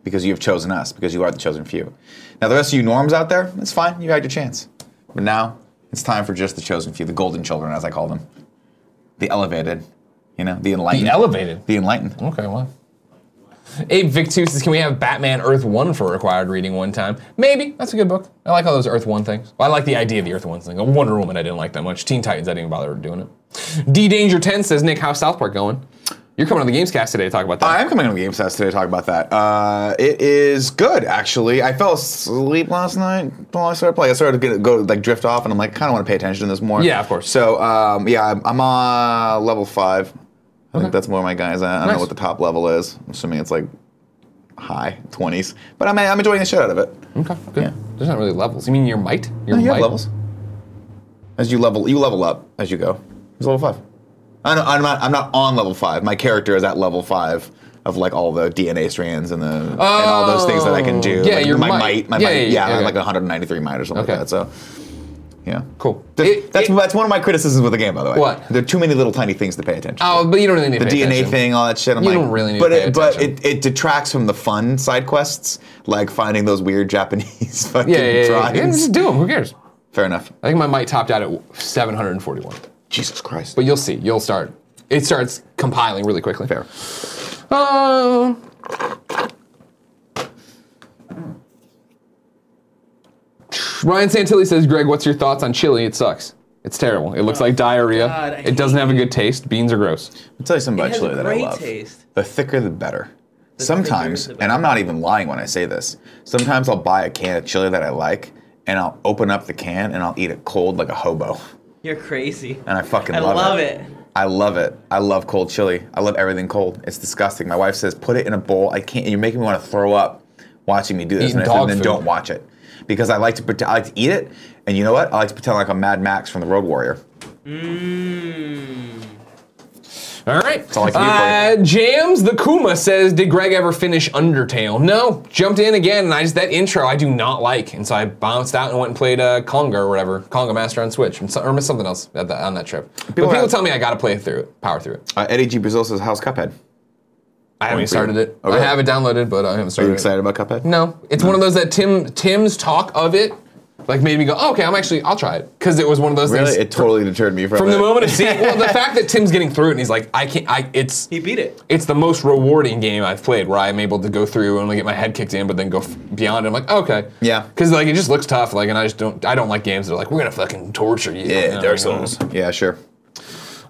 because you have chosen us, because you are the chosen few. Now, the rest of you norms out there, it's fine. You had your chance. But now it's time for just the chosen few, the golden children, as I call them, the elevated, you know, the enlightened.
elevated.
The enlightened.
Okay, well. Abe Victus says, can we have Batman Earth 1 for required reading one time? Maybe. That's a good book. I like all those Earth 1 things. I like the idea of the Earth 1 thing. Wonder Woman I didn't like that much. Teen Titans I didn't even bother doing it. D Danger 10 says, Nick, how's South Park going? You're coming on the Gamescast today to talk about that.
I am coming on Game Stats today to talk about that. Uh, it is good, actually. I fell asleep last night while I started playing. I started to get, go like drift off, and I'm like, kind of want to pay attention to this more.
Yeah, of course.
So, um, yeah, I'm, I'm on level five. I
Okay.
think that's where my guys. At. I don't
Nice.
know what the top level is. I'm assuming it's like high 20s, but I'm, I'm enjoying the shit out of it.
okay, good.
Yeah.
There's not really levels. You mean your might? Your
No, you have
might?
levels. As you level, you level up as you go. It's level five. I know, I'm not. I'm not on level five. My character is at level five of like all the DNA strands and the and all those things that I can do.
Oh. Yeah,
like
your
my
might.
my
Yeah,
might.
yeah,
Yeah,
yeah,
I'm
okay.
like 193 might or something
Okay.
like that. So, yeah,
Cool.
That's
It-
that's,
it-
that's one of my criticisms with the game, by the way.
What?
There are too many little tiny things to pay attention.
Oh,
to.
but you don't really need
the
to pay
DNA
attention.
thing, all that shit. I'm
You
like,
don't really need
but
to pay
it, but
attention.
it, it detracts from the fun side quests, like finding those weird Japanese fucking
Yeah, yeah, yeah, yeah. yeah.
drawings.
Just do them. Who cares?
Fair enough.
I think my might topped out at 741.
Jesus Christ.
But you'll see. You'll start. It starts compiling really quickly.
Fair.
Um. Ryan Santilli says, Greg, what's your thoughts on chili? It sucks. It's terrible. It looks like diarrhea.
God, I
it doesn't
hate
have a
it.
good taste. Beans are gross.
I'll tell you something
It
about
has
chili that I
great
love.
taste.
The thicker the better.
The
sometimes,
thicker the
and I'm not even lying when I say this, sometimes I'll buy a can of chili that I like and I'll open up the can and I'll eat it cold like a hobo.
You're crazy.
And I fucking
I
love,
love
it.
it.
I love it. I love cold chili. I love everything cold. It's disgusting. My wife says, put it in a bowl. I can't, you're making me want to throw up watching me do this.
Eating
and I said,
dog
then
food.
don't watch it. Because I like to pretend, I like to eat it. And you know what? I like to pretend like I'm Mad Max from The Road Warrior.
Mmm.
All right.
all I can
uh, Jams the Kuma says, Did Greg ever finish Undertale? No. Jumped in again, and I just, that intro I do not like. And so I bounced out and went and played uh, Conga or whatever, Conga Master on Switch, and so, or something else at that, on that trip. but people
have-
tell me I gotta play through it, power through it.
Uh, Eddie G. Brazil says, How's Cuphead?
I haven't
Point for
started
you.
it.
Oh, really?
I have it downloaded, but I haven't
Are
started
you
it.
excited about Cuphead?
No, it's one of those that Tim Tim's talk of it like made me go, oh, okay, I'm actually I'll try it because it was one of those
Really?
things.
It totally deterred me from,
from
it.
the moment of seeing, well, the fact that Tim's getting through it and he's like, I can't, I it's
He beat it.
it's the most rewarding game I've played where I'm able to go through and like get my head kicked in, but then go f- beyond. I'm like, okay,
Yeah.
because like it just looks tough, like, and I just don't, I don't like games that are like, we're gonna fucking torture you.
Yeah,
No,
Dark
no.
Souls. Yeah, sure.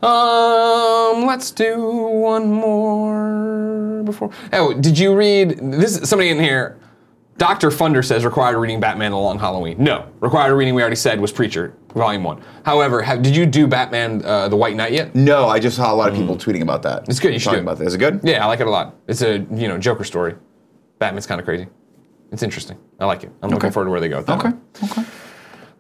Um, let's do one more before. Oh, did you read this? Somebody in here, Doctor Funder says required reading Batman: The Long Halloween. No, required reading we already said was Preacher, Volume One. However, have, did you do Batman: uh, The White Knight yet?
No, I just saw a lot of people tweeting about that.
Mm. It's good, you should
Talking
do it.
about that. Is it good?
Yeah, I like it a lot. It's a you know Joker story. Batman's kind of crazy. It's interesting. I like it. I'm looking
Okay.
forward to where they go. With that
Okay.
one.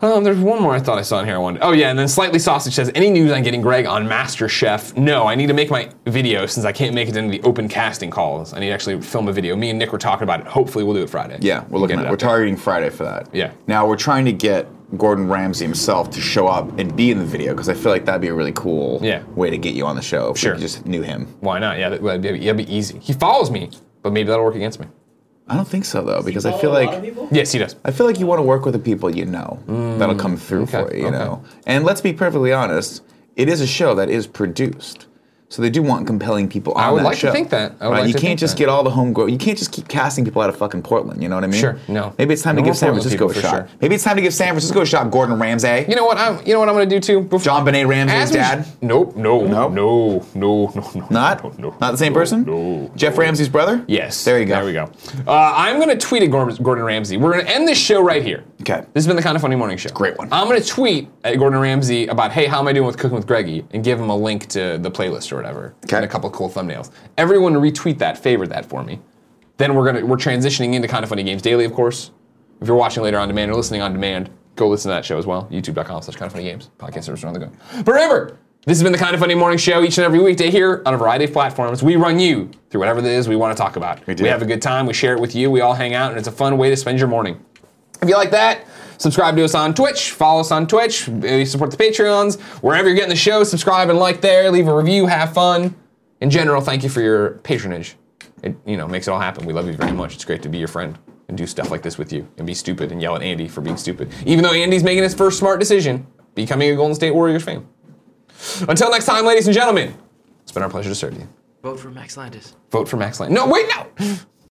Um, there's one more I thought I saw in here. I wanted. Oh yeah, and then slightly sausage says, any news on getting Greg on Master Chef? No, I need to make my video since I can't make it into the open casting calls. I need to actually film a video. Me and Nick were talking about it. Hopefully, we'll do it Friday.
Yeah, we're looking
Get
at
it
We're
out there.
targeting Friday for that.
Yeah.
Now we're trying to get Gordon Ramsay himself to show up and be in the video because I feel like that'd be a really cool
Yeah.
way to get you on the show. If we
Sure.
just knew him.
Why not? Yeah, that would be, that'd be easy. He follows me, but maybe that'll work against me.
I don't think so though, because I feel like
Yes, he does.
I feel like you want to work with the people you know that'll come through
okay,
for you, you
Mm, okay.
know. And let's be perfectly honest, it is a show that is produced. So they do want compelling people on
I would
that
like to
show,
think that. I would
right?
like
you
to
can't
think
just
that.
get all the homegrown. You can't just keep casting people out of fucking Portland. You know what I mean?
Sure, no.
Maybe it's time
No
to
more
give San
Portland
Francisco a
people, for
shot.
sure.
Maybe it's time to give San Francisco a shot. Gordon Ramsay,
You know what? I'm. You know what I'm gonna do too. Before,
John Benet Ramsay's
As we-
dad.
Nope. No. No.
No?
No. No. No. No.
Not?
No, no,
Not the same
no,
person?
No.
Jeff Ramsey's brother?
Yes.
There you go.
There we go. Uh, I'm going to tweet at Gordon Gordon Ramsay. We're going to end this show right here.
Okay.
This has been the Kind of Funny Morning Show.
Great one.
I'm going to tweet at Gordon Ramsay about, hey, how am I doing with Cooking with Greggy? And give him a link to the playlist or whatever.
Okay.
And a couple of cool thumbnails. Everyone retweet that, favorite that for me. Then we're going to, we're transitioning into Kind of Funny Games Daily, of course. If you're watching later on demand or listening on demand, go listen to that show as well. YouTube.com slash Kind of Funny Games. Podcast service around the go. But remember, this has been the Kind of Funny Morning Show each and every weekday here on a variety of platforms. We run you through whatever it is we want to talk about.
We do.
we have a good time. We share it with you. We all hang out, and it's a fun way to spend your morning. If you like that, subscribe to us on Twitch, follow us on Twitch, uh, support the Patreons, wherever you're getting the show, subscribe and like there, leave a review, have fun. In general, thank you for your patronage. It you know makes it all happen. We love you very much. It's great to be your friend and do stuff like this with you and be stupid and yell at Andy for being stupid. Even though Andy's making his first smart decision, becoming a Golden State Warriors fan. Until next time, ladies and gentlemen, it's been our pleasure to serve you.
Vote for Max Landis.
Vote for Max Land. No, wait, no!